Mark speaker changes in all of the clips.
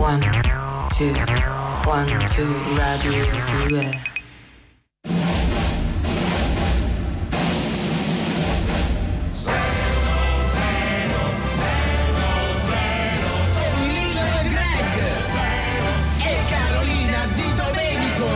Speaker 1: One, two, one, two, radio 2.
Speaker 2: con Lino e Greg e Carolina Di Domenico.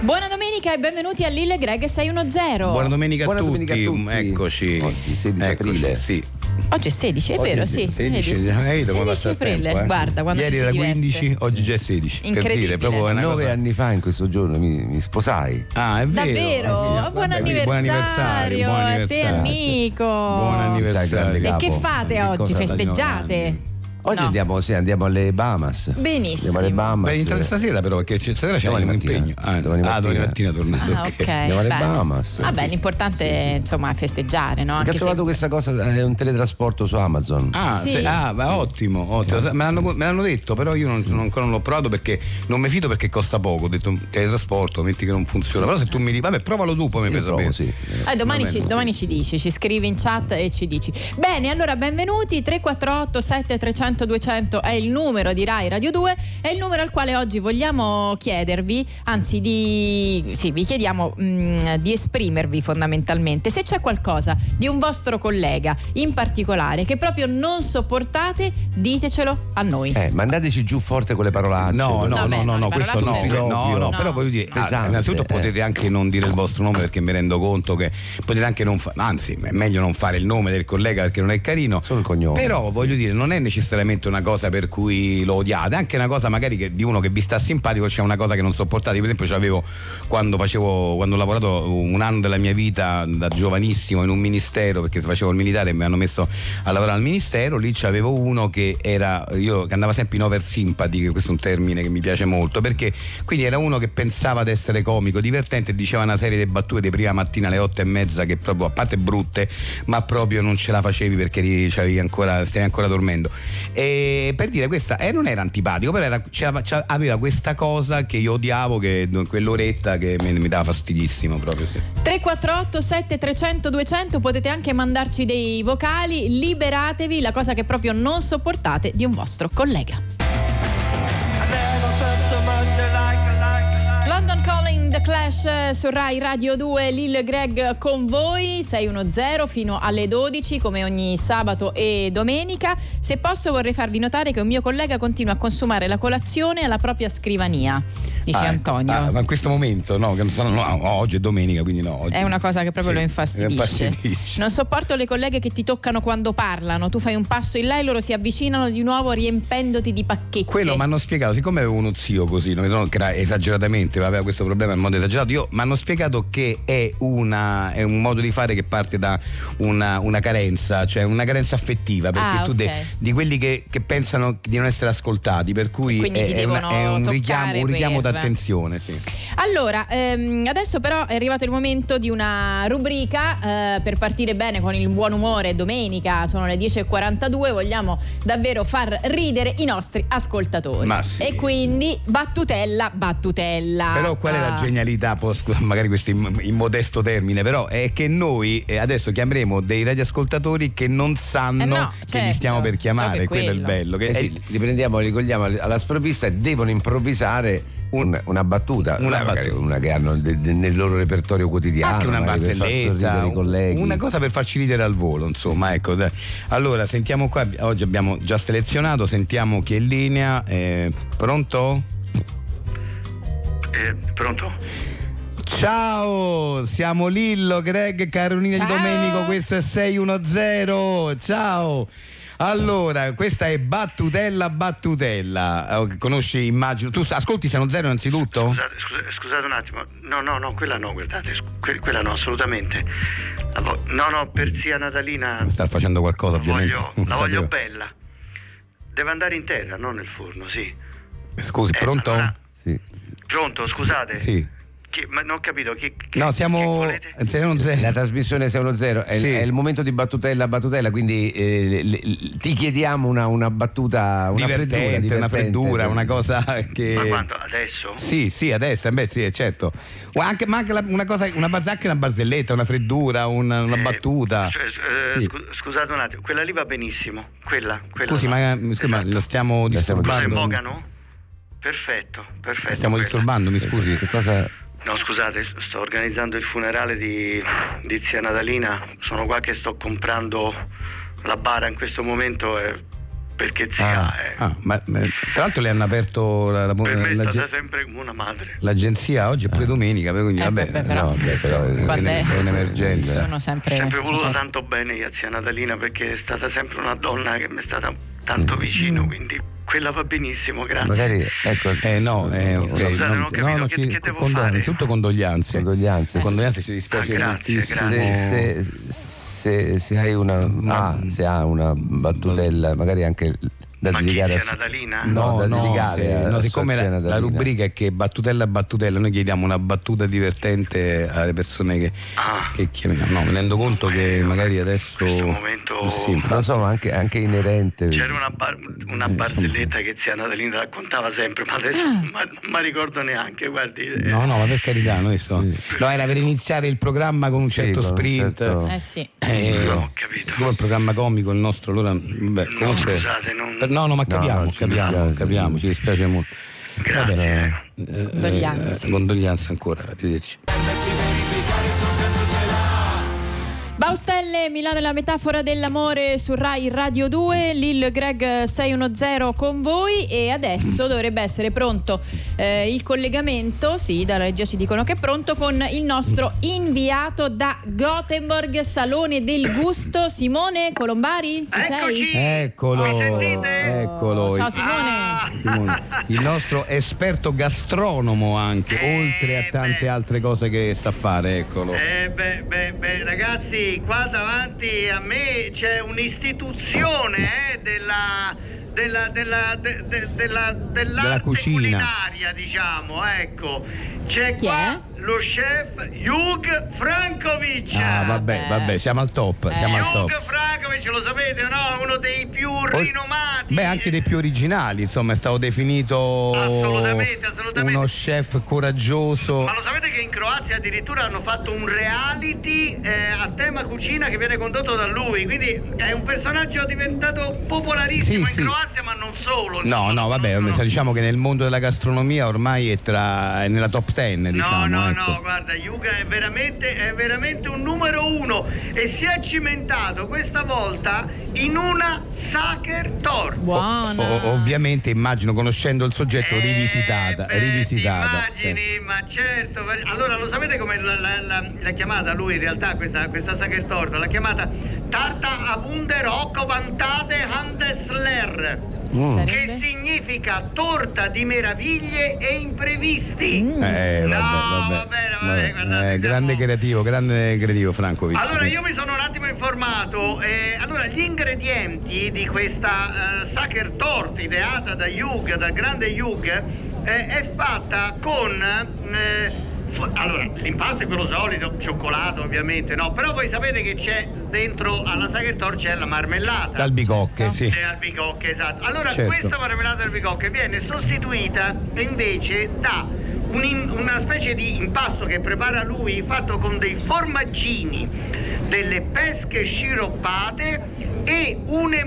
Speaker 3: Buona domenica e benvenuti a Lille Greg 610.
Speaker 4: Buona domenica
Speaker 5: Buona
Speaker 4: a tutti.
Speaker 5: domenica a tutti.
Speaker 4: Eccoci.
Speaker 5: Oggi, 16
Speaker 4: Eccoci,
Speaker 5: aprile.
Speaker 4: Sì.
Speaker 3: Oggi è 16, è vero, sì.
Speaker 4: 16,
Speaker 3: vedi?
Speaker 4: eh, come
Speaker 3: 16
Speaker 4: passa il
Speaker 3: aprile,
Speaker 4: tempo, eh.
Speaker 3: guarda, quando
Speaker 4: Ieri
Speaker 3: ci si
Speaker 4: era
Speaker 3: diverte.
Speaker 4: 15, oggi già è 16. Per dire,
Speaker 3: Incredibile.
Speaker 4: proprio è una
Speaker 5: Nove
Speaker 4: cosa-
Speaker 5: anni fa in questo giorno mi, mi sposai.
Speaker 4: Ah, è vero.
Speaker 3: Davvero?
Speaker 4: Eh sì, vabbè,
Speaker 3: buon,
Speaker 4: quindi
Speaker 3: anniversario
Speaker 4: buon
Speaker 3: a te
Speaker 4: anniversario.
Speaker 3: amico.
Speaker 4: Buon
Speaker 5: Sai, grande
Speaker 4: anniversario.
Speaker 3: E
Speaker 5: capo.
Speaker 3: che fate
Speaker 4: Cosa
Speaker 3: oggi?
Speaker 4: da
Speaker 3: Festeggiate?
Speaker 4: giovani.
Speaker 5: Oggi
Speaker 3: No.
Speaker 5: andiamo, sì, andiamo alle Bahamas.
Speaker 3: Benissimo.
Speaker 5: Andiamo alle Bahamas.
Speaker 4: Beh, entra stasera però perché c'è- stasera c'è
Speaker 5: Domani
Speaker 4: un
Speaker 5: mattina.
Speaker 4: impegno. Ah,
Speaker 5: Domani
Speaker 4: ah, domani mattina
Speaker 5: mattina
Speaker 4: tornate.
Speaker 3: Ah, ok.
Speaker 5: Andiamo alle
Speaker 3: bene.
Speaker 5: Bahamas.
Speaker 3: Vabbè, l'importante è insomma festeggiare, no? Anche
Speaker 5: Perché ho trovato
Speaker 3: se-
Speaker 5: questa cosa, è un teletrasporto su Amazon.
Speaker 4: Ah,
Speaker 3: Sì.
Speaker 4: se- ah, ma ottimo, ottimo. Me, l'hanno, me l'hanno detto, però io non, non- ancora non l'ho provato perché non mi fido perché costa poco. Ho detto teletrasporto, metti che non funziona. Però se tu mi dici, vabbè, provalo tu, poi mi
Speaker 5: Io
Speaker 4: fai
Speaker 5: provo,
Speaker 4: sapere.
Speaker 5: sì.
Speaker 3: Eh, domani,
Speaker 4: Va
Speaker 3: ci,
Speaker 4: bene.
Speaker 3: domani ci dici, ci scrivi in chat e ci dici. Bene, allora benvenuti. 348 7300 200 è il numero di Rai Radio 2, è il numero al quale oggi vogliamo chiedervi, anzi di, sì, vi chiediamo mh, di esprimervi fondamentalmente. Se c'è qualcosa di un vostro collega in particolare che proprio non sopportate, ditecelo a noi.
Speaker 5: Eh, mandateci giù forte con le parolacce.
Speaker 4: No, no,
Speaker 3: Vabbè,
Speaker 4: no, no,
Speaker 3: no,
Speaker 4: no,
Speaker 3: le
Speaker 4: questo no,
Speaker 3: parolacce
Speaker 4: no,
Speaker 5: no.
Speaker 4: no,
Speaker 5: No.
Speaker 4: però voglio dire, ah,
Speaker 5: Pesante,
Speaker 4: innanzitutto
Speaker 5: eh.
Speaker 4: potete anche non dire il vostro nome perché mi rendo conto che potete anche non fare, anzi è meglio non fare il nome del collega perché non è carino,
Speaker 5: Solo il cognome.
Speaker 4: però voglio dire non è necessariamente una cosa per cui lo odiate, anche una cosa magari che- di uno che vi sta simpatico c'è una cosa che non sopportate, Io, per esempio c'avevo quando facevo, quando ho lavorato un anno della mia vita da giovanissimo in un ministero perché facevo il militare e mi hanno messo a lavorare al ministero, lì c'avevo uno che era, io, che andava sempre in over sympathy, che questo è un termine che mi piace molto, perché quindi era uno che pensava di essere comico, divertente e diceva una serie di battute di prima mattina alle otto e mezza che proprio a parte brutte, ma proprio non ce la facevi perché eri- c'avevi ancora, stavi ancora dormendo. E per dire questa, eh, non era antipatico, però era- c'era- c'era- aveva questa cosa che io odiavo, che quell'oretta che mi, mi dava fastidissimo proprio. sì.
Speaker 3: 348 7300 200 potete anche mandarci dei vocali, liberatevi la cosa che proprio non sopportate di un vostro collega. London Calling The Clash eh, su Rai Radio 2, Lil Greg con voi, 610 fino alle 12 come ogni sabato e domenica. Se posso vorrei farvi notare che un mio collega continua a consumare la colazione alla propria scrivania, dice
Speaker 4: Ah,
Speaker 3: Antonio.
Speaker 4: ah, ma in questo momento no, che non sono- no, oggi è domenica, quindi no. oggi-
Speaker 3: È una cosa che proprio lo
Speaker 4: sì,
Speaker 3: infastidisce.
Speaker 4: infastidisce.
Speaker 3: Non sopporto le colleghe che ti toccano quando parlano. Tu fai un passo in là e loro si avvicinano di nuovo riempendoti di pacchetti.
Speaker 4: Quello mi hanno spiegato, siccome avevo uno zio così, non mi sono- che era esageratamente, aveva questo problema in modo esagerato, io mi hanno spiegato che è, una- è un modo di fare che parte da una, una carenza, cioè una carenza affettiva, perché
Speaker 3: Ah,
Speaker 4: tu de-
Speaker 3: ok.
Speaker 4: di quelli che, che pensano di non essere ascoltati, per cui
Speaker 3: Quindi
Speaker 4: è,
Speaker 3: ti
Speaker 4: è una-
Speaker 3: devono
Speaker 4: è un
Speaker 3: toccare
Speaker 4: richiamo, un richiamo
Speaker 3: per-
Speaker 4: d'attenzione. Sì.
Speaker 3: Allora, ehm, adesso però è arrivato il momento di una rubrica eh, per partire bene con il buon umore domenica, sono le 10.42, vogliamo davvero far ridere i nostri ascoltatori.
Speaker 4: Ma sì.
Speaker 3: E quindi battutella, battutella.
Speaker 4: Però qual è la
Speaker 3: Ah.
Speaker 4: genialità, po- scusa, magari questo im- immodesto termine, però è che noi eh, adesso chiameremo dei radioascoltatori che non sanno
Speaker 3: Eh no,
Speaker 4: che li
Speaker 3: certo.
Speaker 4: stiamo per
Speaker 3: Ciò che
Speaker 4: chiamare,
Speaker 3: è
Speaker 4: quello è il
Speaker 3: quello.
Speaker 4: bello. Che
Speaker 5: Eh
Speaker 4: è
Speaker 5: sì,
Speaker 4: il-
Speaker 5: li prendiamo, li cogliamo alla sprovvista e devono improvvisare un- una battuta,
Speaker 4: Una
Speaker 5: magari
Speaker 4: battuta.
Speaker 5: una che hanno de- de- nel loro repertorio quotidiano,
Speaker 4: anche una
Speaker 5: magari per far
Speaker 4: barzelletta,
Speaker 5: sorridere i colleghi.
Speaker 4: una cosa per farci ridere al volo, insomma, ecco. dai. Allora, sentiamo qua, oggi abbiamo già selezionato, sentiamo chi è in linea, eh, pronto?
Speaker 6: Eh, pronto?
Speaker 4: Ciao, siamo Lillo, Greg, Carolina di
Speaker 3: Ciao.
Speaker 4: Domenico, questo è 610, ciao! Allora, questa è Battutella Battutella, Eh, conosci immagino, tu ascolti 610 innanzitutto?
Speaker 7: Esatto.
Speaker 6: Scusate, scusa- scusate un attimo. No, no, no, quella no, guardate, scu- que- quella no, assolutamente. La vo- no, no, per zia Natalina
Speaker 4: Sta facendo qualcosa
Speaker 6: la
Speaker 4: ovviamente.
Speaker 6: voglio,
Speaker 4: non
Speaker 6: la voglio
Speaker 4: sapevo.
Speaker 6: bella. Deve andare in terra, non nel forno, sì.
Speaker 4: Scusi,
Speaker 6: Eh,
Speaker 4: pronto?
Speaker 6: allora-
Speaker 5: Sì.
Speaker 6: Pronto, scusate.
Speaker 4: Sì.
Speaker 6: Chi- ma non ho capito chi. chi-
Speaker 4: No, siamo.
Speaker 6: chi volete?
Speaker 4: se non se-
Speaker 5: La trasmissione 610 è,
Speaker 4: Sì.
Speaker 5: è il momento di battutella a battutella, quindi eh, le- le- ti chiediamo una, una battuta una
Speaker 4: divertente,
Speaker 5: freddura,
Speaker 4: una
Speaker 5: divertente.
Speaker 4: freddura, una cosa che.
Speaker 6: Ma quando? Adesso?
Speaker 4: Sì, sì, adesso, beh, sì, eh, certo. Guarda, anche- ma anche la- una cosa, una, baz- anche una barzelletta, una freddura, una, una
Speaker 6: Eh,
Speaker 4: battuta.
Speaker 6: s- eh,
Speaker 4: Sì.
Speaker 6: scu- Scusate un attimo, quella lì va benissimo. Quella, quella
Speaker 4: Scusi,
Speaker 6: va.
Speaker 4: ma, eh, scusi, ma lo stiamo
Speaker 5: stiamo
Speaker 6: Quello è
Speaker 4: disturbando?
Speaker 6: Mogano? Perfetto, perfetto.
Speaker 4: Stiamo
Speaker 6: quella.
Speaker 4: disturbando, mi scusi.
Speaker 5: Che cosa?
Speaker 6: No, scusate, s- sto organizzando il funerale di, di zia Natalina. Sono qua che sto comprando la bara in questo momento eh, perché zia
Speaker 4: Ah,
Speaker 6: è.
Speaker 4: ah, ma, ma- tra l'altro le hanno aperto la, la-
Speaker 6: per me è
Speaker 4: la-
Speaker 6: stata sempre come una madre.
Speaker 4: l'agenzia oggi è pure domenica, però quindi
Speaker 3: Eh,
Speaker 4: vabbè,
Speaker 3: vabbè, però-
Speaker 4: no,
Speaker 5: vabbè, però, eh,
Speaker 4: è,
Speaker 3: Quando
Speaker 4: un'e- è
Speaker 3: Ci
Speaker 4: un'emergenza.
Speaker 3: sono sempre.
Speaker 6: Ho sempre voluto tanto bene io a zia Natalina perché è stata sempre una donna che mi è stata tanto vicino, quindi quella va benissimo, grazie.
Speaker 5: Magari, ecco,
Speaker 4: Eh no, eh, ok,
Speaker 6: Scusate, non ho capito, che- che devo fare?
Speaker 4: innanzitutto condoglianze.
Speaker 5: Condoglianze.
Speaker 4: Condoglianze, ci dispiace
Speaker 6: Ah, grazie,
Speaker 4: tantissimo.
Speaker 5: se, se- se- se hai una, ah, se ha una battutella, magari anche da
Speaker 6: Ma chi zia
Speaker 5: dedicare a su-
Speaker 6: Natalina?
Speaker 5: No,
Speaker 4: No,
Speaker 5: da
Speaker 4: no,
Speaker 5: dedicare
Speaker 4: se-
Speaker 5: alla
Speaker 4: no, siccome
Speaker 5: Associazione
Speaker 4: la, la
Speaker 5: Natalina.
Speaker 4: rubrica è che battutella a battutella, noi chiediamo una battuta divertente alle persone che,
Speaker 6: Ah.
Speaker 4: che chiamiamo. No, mi rendo conto che magari adesso.
Speaker 6: questo momento-
Speaker 4: Sì, infatti.
Speaker 5: Non so, ma anche, anche inerente.
Speaker 6: C'era una, bar-
Speaker 4: Eh,
Speaker 6: una barzelletta che zia Natalina raccontava sempre, ma adesso non mi ricordo neanche, guardi. eh,
Speaker 4: No, no, ma per carità, noi so. No, era per iniziare il programma con un
Speaker 5: Sì,
Speaker 4: certo
Speaker 5: con un
Speaker 4: sprint.
Speaker 5: certo-
Speaker 3: Eh sì.
Speaker 4: Eh,
Speaker 6: Non ho capito.
Speaker 4: Come il programma comico il nostro, allora. Beh,
Speaker 6: No,
Speaker 4: comunque,
Speaker 6: scusate, non-
Speaker 4: per- no, no, ma
Speaker 5: No,
Speaker 4: capiamo,
Speaker 5: no, ci
Speaker 4: capiamo,
Speaker 5: dispiace.
Speaker 4: capiamo, ci dispiace molto.
Speaker 6: Grazie. ecco.
Speaker 4: eh,
Speaker 3: Condoglianze.
Speaker 4: eh, condoglianze ancora, arrivederci.
Speaker 3: Baustelle, Milano è la metafora dell'amore su Rai Radio 2, Lil Greg 610 con voi e adesso dovrebbe essere pronto eh, il collegamento, sì, dalla regia ci dicono che è pronto, con il nostro inviato da Gothenburg, Salone del Gusto, Simone Colombari, ci
Speaker 6: Eccoci!
Speaker 3: sei?
Speaker 4: Eccolo,
Speaker 6: Mi sentite?
Speaker 4: eccolo.
Speaker 3: Oh, Ciao
Speaker 4: il-
Speaker 3: Simone!
Speaker 4: Simone, il nostro esperto gastronomo anche,
Speaker 6: Eh,
Speaker 4: oltre a tante
Speaker 6: beh.
Speaker 4: altre cose che sa fare, eccolo.
Speaker 6: Eh, beh, beh, beh, ragazzi, qua davanti a me c'è un'istituzione eh, della, della, della, de- de- della, dell'arte
Speaker 4: cucina.
Speaker 6: culinaria, diciamo, ecco. C'è
Speaker 3: Chi
Speaker 6: qua
Speaker 3: è?
Speaker 6: lo chef Hugh Frankovic.
Speaker 4: Ah,
Speaker 3: Eh,
Speaker 4: vabbè, vabbè, siamo al top,
Speaker 6: eh,
Speaker 4: siamo al
Speaker 6: Hugh
Speaker 4: top.
Speaker 6: Frankovic, lo sapete, no? Uno dei più
Speaker 4: O-
Speaker 6: rinomati.
Speaker 4: Beh, anche dei più originali, insomma, è stato definito
Speaker 6: Assolutamente, assolutamente.
Speaker 4: uno chef coraggioso.
Speaker 6: Ma lo sapete che in Croazia addirittura hanno fatto un reality eh, a tema cucina che viene condotto da lui, quindi è un personaggio diventato popolarissimo
Speaker 4: Sì,
Speaker 6: in
Speaker 4: sì.
Speaker 6: Croazia ma non solo.
Speaker 4: No, no, vabbè,
Speaker 6: No,
Speaker 4: diciamo che nel mondo della gastronomia ormai è, tra, è nella top ten, diciamo.
Speaker 6: no,
Speaker 4: ecco.
Speaker 6: no, guarda, Yuga è veramente, è veramente un numero uno e si è cimentato questa volta in una Sacher Torta.
Speaker 3: Buona!
Speaker 4: O- ovviamente immagino conoscendo il soggetto
Speaker 6: Eh,
Speaker 4: rivisitata,
Speaker 6: beh,
Speaker 4: rivisitata.
Speaker 6: ti immagini, ma certo. Allora, lo sapete come la- la- la- l'ha chiamata lui in realtà questa, questa Sacher Torta? L'ha chiamata Tarta Abunde Rocco Vantate Handesler.
Speaker 4: Mm.
Speaker 6: Che
Speaker 3: Sarebbe?
Speaker 6: significa torta di meraviglie e imprevisti.
Speaker 4: Eh,
Speaker 6: No,
Speaker 4: vabbè,
Speaker 6: va bene, va
Speaker 4: vabbè, vabbè.
Speaker 6: bene, guardate,
Speaker 4: Eh, grande
Speaker 6: siamo-
Speaker 4: creativo, grande creativo Francovic.
Speaker 6: Allora io mi sono un attimo informato, eh, allora gli ingredienti di questa eh, Sacher Torta ideata da Hugh, dal grande Hugh, eh, è fatta con... eh, fu- allora, l'impasto è quello solito, cioccolato ovviamente, no? Però voi sapete che c'è dentro alla Sacher Torta c'è la marmellata.
Speaker 4: Dal bicocche, sì.
Speaker 6: Eh, albicocche, esatto. Allora
Speaker 4: Certo.
Speaker 6: questa marmellata albicocche viene sostituita invece da un in- una specie di impasto che prepara lui fatto con dei formaggini, delle pesche sciroppate e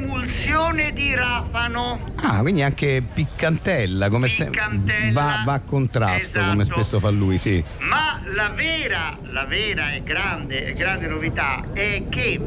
Speaker 6: un'emulsione di rafano.
Speaker 4: Ah, quindi anche piccantella, come se-
Speaker 6: Piccantella.
Speaker 4: va, va a contrasto, come
Speaker 6: Esatto.
Speaker 4: spesso fa lui, sì.
Speaker 6: Ma la vera, la vera e grande, e grande novità è che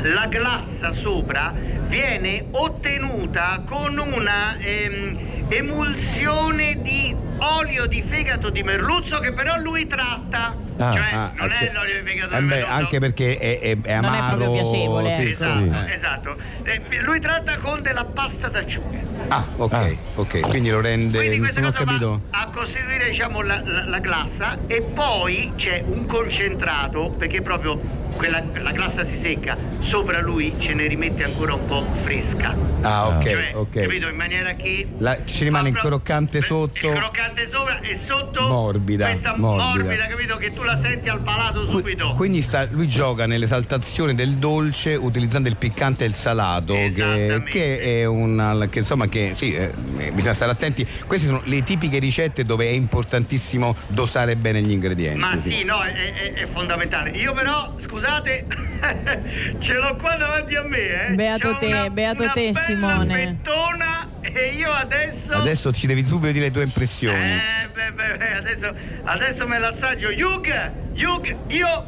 Speaker 6: la glassa sopra viene ottenuta con una ehm, emulsione di olio di fegato di merluzzo che però lui tratta.
Speaker 4: Ah,
Speaker 6: cioè
Speaker 4: ah,
Speaker 6: non
Speaker 4: cioè-
Speaker 6: è l'olio di fegato
Speaker 4: eh
Speaker 6: di
Speaker 4: beh,
Speaker 6: merluzzo.
Speaker 4: anche perché è, è- è
Speaker 3: Non è
Speaker 4: amaro.
Speaker 3: proprio piacevole, ecco.
Speaker 4: sì, sì.
Speaker 6: Esatto, esatto. Eh, lui tratta con della pasta d'acciughe.
Speaker 4: Ah, ok,
Speaker 5: Ah.
Speaker 4: ok. Quindi lo rende.
Speaker 6: Quindi questa
Speaker 4: non ho
Speaker 6: cosa
Speaker 4: capito.
Speaker 6: va a costituire diciamo, la, la- la glassa e poi c'è un concentrato perché proprio quella, la glassa si secca, sopra lui ce ne rimette ancora un po' fresca.
Speaker 4: Ah, ok,
Speaker 6: Cioè,
Speaker 4: ok.
Speaker 6: Capito? In maniera che
Speaker 4: La- ci rimane il
Speaker 6: Sopra-
Speaker 4: croccante
Speaker 6: il
Speaker 4: sotto.
Speaker 6: croccante sopra e sotto
Speaker 4: Morbida,
Speaker 6: questa
Speaker 4: morbida.
Speaker 6: capito? Che tu la senti al palato
Speaker 4: Qui-
Speaker 6: subito.
Speaker 4: Quindi sta- lui gioca nell'esaltazione del dolce utilizzando il piccante e il salato, che,
Speaker 6: Esattamente.
Speaker 4: che è una. che insomma che sì, eh, bisogna stare attenti. Queste sono le tipiche ricette dove è importantissimo dosare bene gli ingredienti.
Speaker 6: Ma
Speaker 4: sì.
Speaker 6: sì, no, è, è- è fondamentale. Io però, scusate, ce l'ho qua davanti a me, eh.
Speaker 3: Beato
Speaker 6: C'ho
Speaker 3: te,
Speaker 6: una-
Speaker 3: beato
Speaker 6: una
Speaker 3: te,
Speaker 6: bella
Speaker 3: Simone.
Speaker 6: fettona e io adesso...
Speaker 4: Adesso ci devi subito dire le tue impressioni.
Speaker 6: Eh, beh, beh, beh, adesso, adesso me l'assaggio. Yug, Yug, io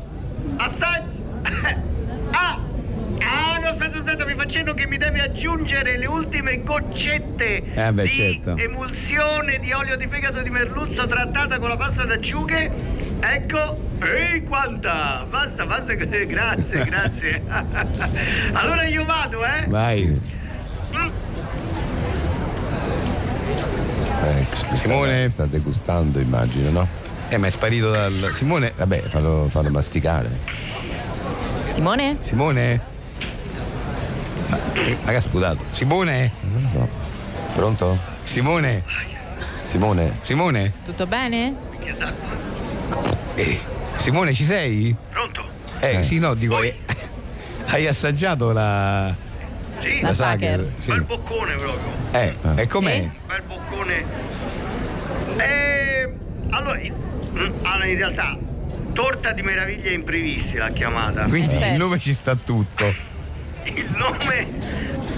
Speaker 6: assaggio... ah! Ah, no, aspetta, aspetta, mi facendo che mi deve aggiungere le ultime goccette
Speaker 4: Eh, beh,
Speaker 6: di
Speaker 4: certo.
Speaker 6: emulsione di olio di fegato di merluzzo trattata con la pasta d'acciughe. Ecco, ehi quanta! Basta, basta, così, grazie, grazie. allora io vado, eh?
Speaker 4: Vai.
Speaker 5: Eh, sta-
Speaker 4: Simone.
Speaker 5: Sta degustando, immagino, no?
Speaker 4: Eh, ma è sparito dal. Simone.
Speaker 5: Vabbè, fallo, fallo masticare.
Speaker 3: Simone?
Speaker 4: Simone? Ma eh, raga, sputato. Simone?
Speaker 5: Non lo so. Pronto?
Speaker 4: Simone?
Speaker 5: Simone?
Speaker 4: Simone?
Speaker 3: Tutto bene?
Speaker 4: Eh, Simone, ci sei?
Speaker 6: Pronto?
Speaker 4: Eh,
Speaker 5: Eh.
Speaker 4: sì, no, dico. eh, hai assaggiato la.
Speaker 6: Sì,
Speaker 3: La
Speaker 4: la
Speaker 6: bel
Speaker 3: Sacher.
Speaker 4: Sacher? Sì.
Speaker 6: boccone proprio.
Speaker 4: Eh, e com'è?
Speaker 3: Eh?
Speaker 6: bel boccone. E allora, in- allora, in realtà, torta di meraviglia imprevisti l'ha chiamata.
Speaker 4: Quindi
Speaker 3: Eh, certo.
Speaker 4: il nome ci sta tutto.
Speaker 6: Il nome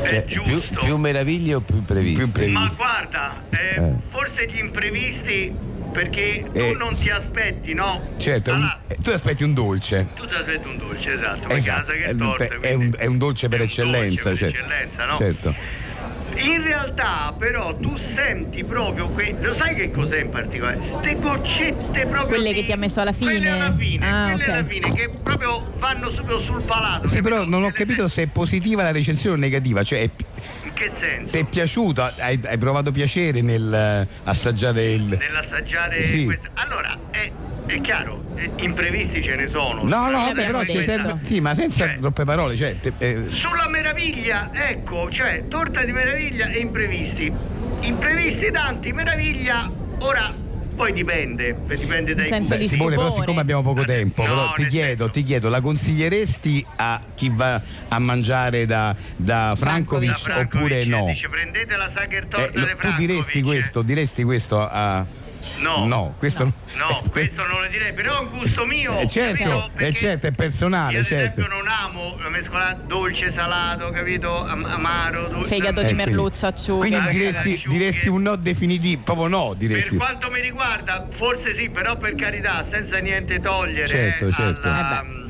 Speaker 5: Cioè,
Speaker 6: è
Speaker 5: più,
Speaker 6: giusto.
Speaker 5: più meraviglie o più imprevisti?
Speaker 4: Più imprevisti.
Speaker 6: Ma guarda, eh,
Speaker 5: Eh.
Speaker 6: forse gli imprevisti perché
Speaker 4: Eh,
Speaker 6: tu non
Speaker 4: sì.
Speaker 6: ti aspetti, no?
Speaker 4: Certo, è un-
Speaker 6: Allora,
Speaker 4: eh, tu aspetti un dolce.
Speaker 6: tu ti aspetti un dolce, esatto,
Speaker 4: Eh,
Speaker 6: perché la
Speaker 4: esatto,
Speaker 6: Sacher
Speaker 4: è un-
Speaker 6: torta,
Speaker 4: è un-
Speaker 6: quindi-
Speaker 4: è un dolce per
Speaker 6: è un
Speaker 4: eccellenza,
Speaker 6: dolce per
Speaker 4: certo.
Speaker 6: eccellenza, no?
Speaker 4: Certo.
Speaker 6: In realtà però tu senti proprio que- lo sai che cos'è in particolare? Ste goccette proprio
Speaker 3: Quelle
Speaker 6: di-
Speaker 3: che ti ha messo alla fine?
Speaker 6: Quelle alla fine,
Speaker 3: Ah,
Speaker 6: quelle
Speaker 3: ok.
Speaker 6: alla fine che proprio vanno subito sul palato.
Speaker 4: Sì, però
Speaker 6: capito?
Speaker 4: non ho
Speaker 6: Nel
Speaker 4: capito
Speaker 6: senso-
Speaker 4: se è positiva la recensione o negativa, cioè è pi-
Speaker 6: in che senso?
Speaker 4: ti è piaciuta, hai, hai provato piacere nel eh, assaggiare il...
Speaker 6: Nell'assaggiare
Speaker 4: Sì.
Speaker 6: questa- Allora, è, è chiaro, eh, imprevisti ce ne sono.
Speaker 4: No, no,
Speaker 6: Eh,
Speaker 4: vabbè, però ci
Speaker 6: questa-
Speaker 4: serve... Sì, ma senza
Speaker 6: Cioè,
Speaker 4: troppe parole, cioè... te- eh,
Speaker 6: Sulla meraviglia, ecco, cioè torta di meraviglia e imprevisti. Imprevisti tanti, meraviglia, ora poi dipende, dipende dai
Speaker 3: senso
Speaker 6: gusti.
Speaker 3: di
Speaker 4: Simone, però
Speaker 3: stupore.
Speaker 4: siccome abbiamo poco tempo,
Speaker 6: Eh, No,
Speaker 4: però ti
Speaker 6: nel
Speaker 4: chiedo,
Speaker 6: senso-
Speaker 4: ti chiedo, la consiglieresti a chi va a mangiare da, da Frankovic,
Speaker 6: Da Frankovic,
Speaker 4: oppure no?
Speaker 6: Dice, prendete la Sacher
Speaker 4: Eh,
Speaker 6: torta
Speaker 4: lo-
Speaker 6: di
Speaker 4: tu
Speaker 6: Frankovic.
Speaker 4: diresti questo, diresti questo a...
Speaker 6: No.
Speaker 4: No, questo
Speaker 6: No, questo non lo direi, però è un gusto mio.
Speaker 4: Eh, certo,
Speaker 6: capito?
Speaker 4: è
Speaker 6: Perché
Speaker 4: certo, è
Speaker 6: Io
Speaker 4: personale,
Speaker 6: ad
Speaker 4: certo.
Speaker 6: esempio non amo la mescolata dolce, salato, capito? Am- amaro, dolce.
Speaker 3: Fegato
Speaker 4: Eh,
Speaker 3: di
Speaker 4: quindi-
Speaker 3: merluzzo, acciughe.
Speaker 4: Quindi
Speaker 6: Anche
Speaker 4: diresti,
Speaker 6: l'acciughe.
Speaker 4: diresti un no definitivo, proprio no,
Speaker 6: Per
Speaker 4: diresti.
Speaker 6: quanto mi riguarda, forse sì, però per carità, senza niente togliere
Speaker 4: Certo,
Speaker 6: eh,
Speaker 4: certo.
Speaker 6: alla-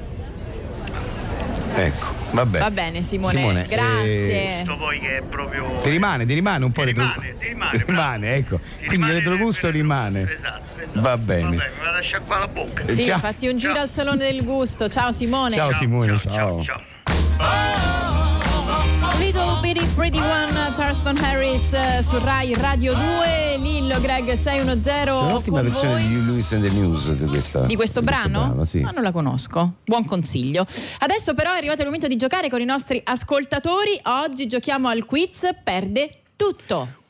Speaker 4: Ecco, vabbè.
Speaker 3: Va bene, Simone,
Speaker 4: Simone, eh,
Speaker 3: grazie.
Speaker 6: tutto poi che è proprio
Speaker 4: Ti rimane, ti rimane un po'
Speaker 6: Ti
Speaker 4: retro-
Speaker 6: rimane, ti rimane,
Speaker 4: Ti
Speaker 6: bravo.
Speaker 4: rimane, ecco.
Speaker 6: Ti
Speaker 4: Quindi il
Speaker 6: rimane
Speaker 4: retrogusto
Speaker 6: nel-
Speaker 4: rimane.
Speaker 6: Esatto, esatto.
Speaker 4: Va bene.
Speaker 6: Vabbè, mi vado a sciacquare la bocca.
Speaker 4: Eh,
Speaker 3: Sì,
Speaker 4: ciao.
Speaker 3: fatti un giro
Speaker 6: Ciao.
Speaker 3: al Salone del Gusto. Ciao Simone.
Speaker 4: Ciao. Simone, ciao.
Speaker 6: ciao. ciao.
Speaker 3: Little Bitty Pretty One, Thurston Harris eh, su Rai Radio 2, Lillo Greg 610.
Speaker 5: C'è un'ottima
Speaker 3: con
Speaker 5: versione
Speaker 3: voi.
Speaker 5: di Lewis and the News di, questa,
Speaker 3: Di questo
Speaker 5: di
Speaker 3: brano? Ah,
Speaker 5: sì.
Speaker 3: Ma non la conosco. Buon consiglio. Adesso però è arrivato il momento di giocare con i nostri ascoltatori. Oggi giochiamo al quiz Perde tutto.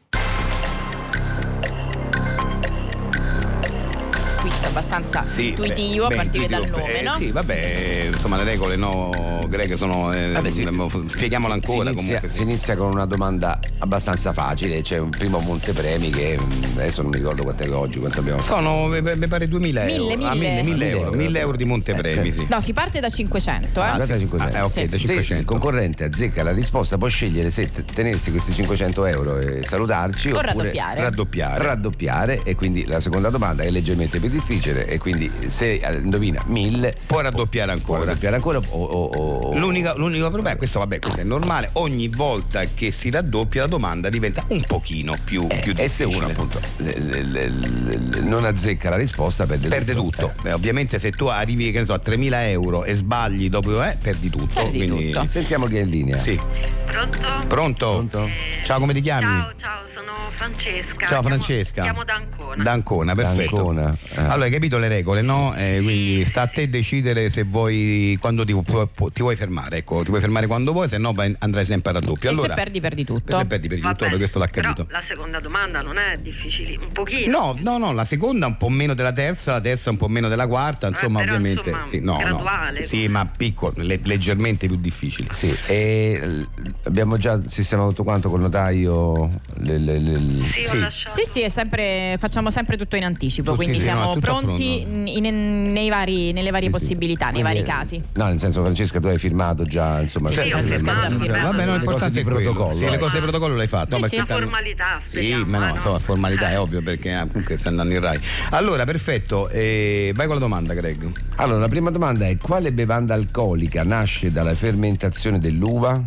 Speaker 3: Quiz abbastanza intuitivo
Speaker 4: beh,
Speaker 3: a partire
Speaker 4: intuitivo,
Speaker 3: dal nome,
Speaker 4: eh,
Speaker 3: no?
Speaker 4: Sì, vabbè, insomma le regole no, Greg sono... eh,
Speaker 5: Vabbè, sì.
Speaker 4: m- Spieghiamola ancora
Speaker 5: si inizia,
Speaker 4: comunque.
Speaker 5: si inizia con una domanda abbastanza facile, c'è un primo montepremi che mm, adesso non mi ricordo quanto è oggi, quanto abbiamo fatto.
Speaker 4: Sono, mi mi pare 2000 euro.
Speaker 3: Mille,
Speaker 4: Ah,
Speaker 3: mille.
Speaker 4: 1000, 1000 euro, 1000 euro di Montepremi,
Speaker 5: Eh,
Speaker 4: sì.
Speaker 3: No, si parte da 500, eh.
Speaker 5: Ah, 500.
Speaker 4: Ah, eh, ok, da
Speaker 5: Se
Speaker 4: 500.
Speaker 5: il concorrente azzecca la risposta può scegliere se t- tenersi questi 500 euro e salutarci
Speaker 3: O
Speaker 5: oppure
Speaker 3: raddoppiare.
Speaker 5: raddoppiare. Raddoppiare, e quindi la seconda domanda è leggermente più difficile e quindi se eh, indovina 1000
Speaker 4: Può raddoppiare
Speaker 5: può
Speaker 4: ancora.
Speaker 5: raddoppiare ancora o... o- o-
Speaker 4: L'unica- l'unico problema è questo, vabbè, questo è normale. Ogni volta che si raddoppia la domanda diventa un pochino più, più difficile.
Speaker 5: e Eh, se uno appunto le- le- le- le- non azzecca la risposta perde, Eh.
Speaker 4: Perde tutto. Beh, ovviamente se tu arrivi che ne so, a 3.000 euro e sbagli dopo, eh, perdi tutto.
Speaker 3: Perdi
Speaker 4: quindi-
Speaker 3: tutto.
Speaker 5: Sentiamo che è in linea.
Speaker 4: Sì.
Speaker 8: Pronto?
Speaker 4: Pronto?
Speaker 5: Pronto?
Speaker 4: Ciao, come ti chiami?
Speaker 8: Ciao, ciao, sono Francesca.
Speaker 4: Ciao
Speaker 8: Chiamo-
Speaker 4: Francesca.
Speaker 8: Chiamo da Ancona.
Speaker 4: Da Ancona, perfetto.
Speaker 5: Ancona, eh.
Speaker 4: Allora, hai capito le regole, no? Eh, quindi sta a te decidere se vuoi quando ti, pu- pu- ti vuoi fermare, ecco, ti vuoi fermare quando vuoi, se no vai- andrai sempre a raddoppio.
Speaker 3: E se
Speaker 4: Allora,
Speaker 3: perdi, perdi tutto.
Speaker 4: se perdi, perdi
Speaker 8: Va
Speaker 4: tutto,
Speaker 8: bene,
Speaker 4: questo l'ha
Speaker 8: però
Speaker 4: capito.
Speaker 8: la seconda domanda non è difficile, un pochino.
Speaker 4: No, no, no, la seconda un po' meno della terza, la terza un po' meno della quarta, insomma,
Speaker 8: però,
Speaker 4: ovviamente.
Speaker 8: insomma,
Speaker 4: sì, no, no.
Speaker 8: graduale.
Speaker 4: Sì, ma piccolo, le- leggermente più difficili.
Speaker 5: Sì, e l- abbiamo già sistemato tutto quanto col notaio. le- le- le-
Speaker 8: Sì, ho
Speaker 4: sì.
Speaker 8: lasciato-
Speaker 3: Sì, sì, è sempre, facciamo sempre tutto in anticipo,
Speaker 4: Tutti,
Speaker 3: quindi
Speaker 4: sì,
Speaker 3: siamo
Speaker 4: no, tutto
Speaker 3: pronti
Speaker 4: pronto.
Speaker 3: in- in- nei vari- nelle varie
Speaker 5: sì.
Speaker 3: possibilità, nei
Speaker 5: Quindi,
Speaker 3: vari casi.
Speaker 5: Eh, No, nel senso, Francesca, tu hai firmato già, insomma, cioè,
Speaker 3: Sì, sì,
Speaker 5: per-
Speaker 8: Francesca
Speaker 5: per-
Speaker 8: ha già
Speaker 5: per-
Speaker 8: firmato.
Speaker 4: Vabbè, no,
Speaker 8: Le
Speaker 4: l'importante
Speaker 5: cose
Speaker 4: è
Speaker 5: di
Speaker 4: quello.
Speaker 5: protocollo,
Speaker 4: Sì, le
Speaker 5: eh.
Speaker 4: cose di protocollo l'hai fatte.
Speaker 3: Sì,
Speaker 4: ma
Speaker 3: sì.
Speaker 4: che
Speaker 8: Una
Speaker 4: tanto-
Speaker 8: formalità,
Speaker 4: Sì,
Speaker 8: speriamo,
Speaker 4: ma no,
Speaker 8: eh, no?
Speaker 4: insomma, formalità, è ovvio, perché ah, comunque sta andando in Rai. Allora, perfetto, eh, vai con la domanda, Greg.
Speaker 5: Allora, la prima domanda è: quale bevanda alcolica nasce dalla fermentazione dell'uva?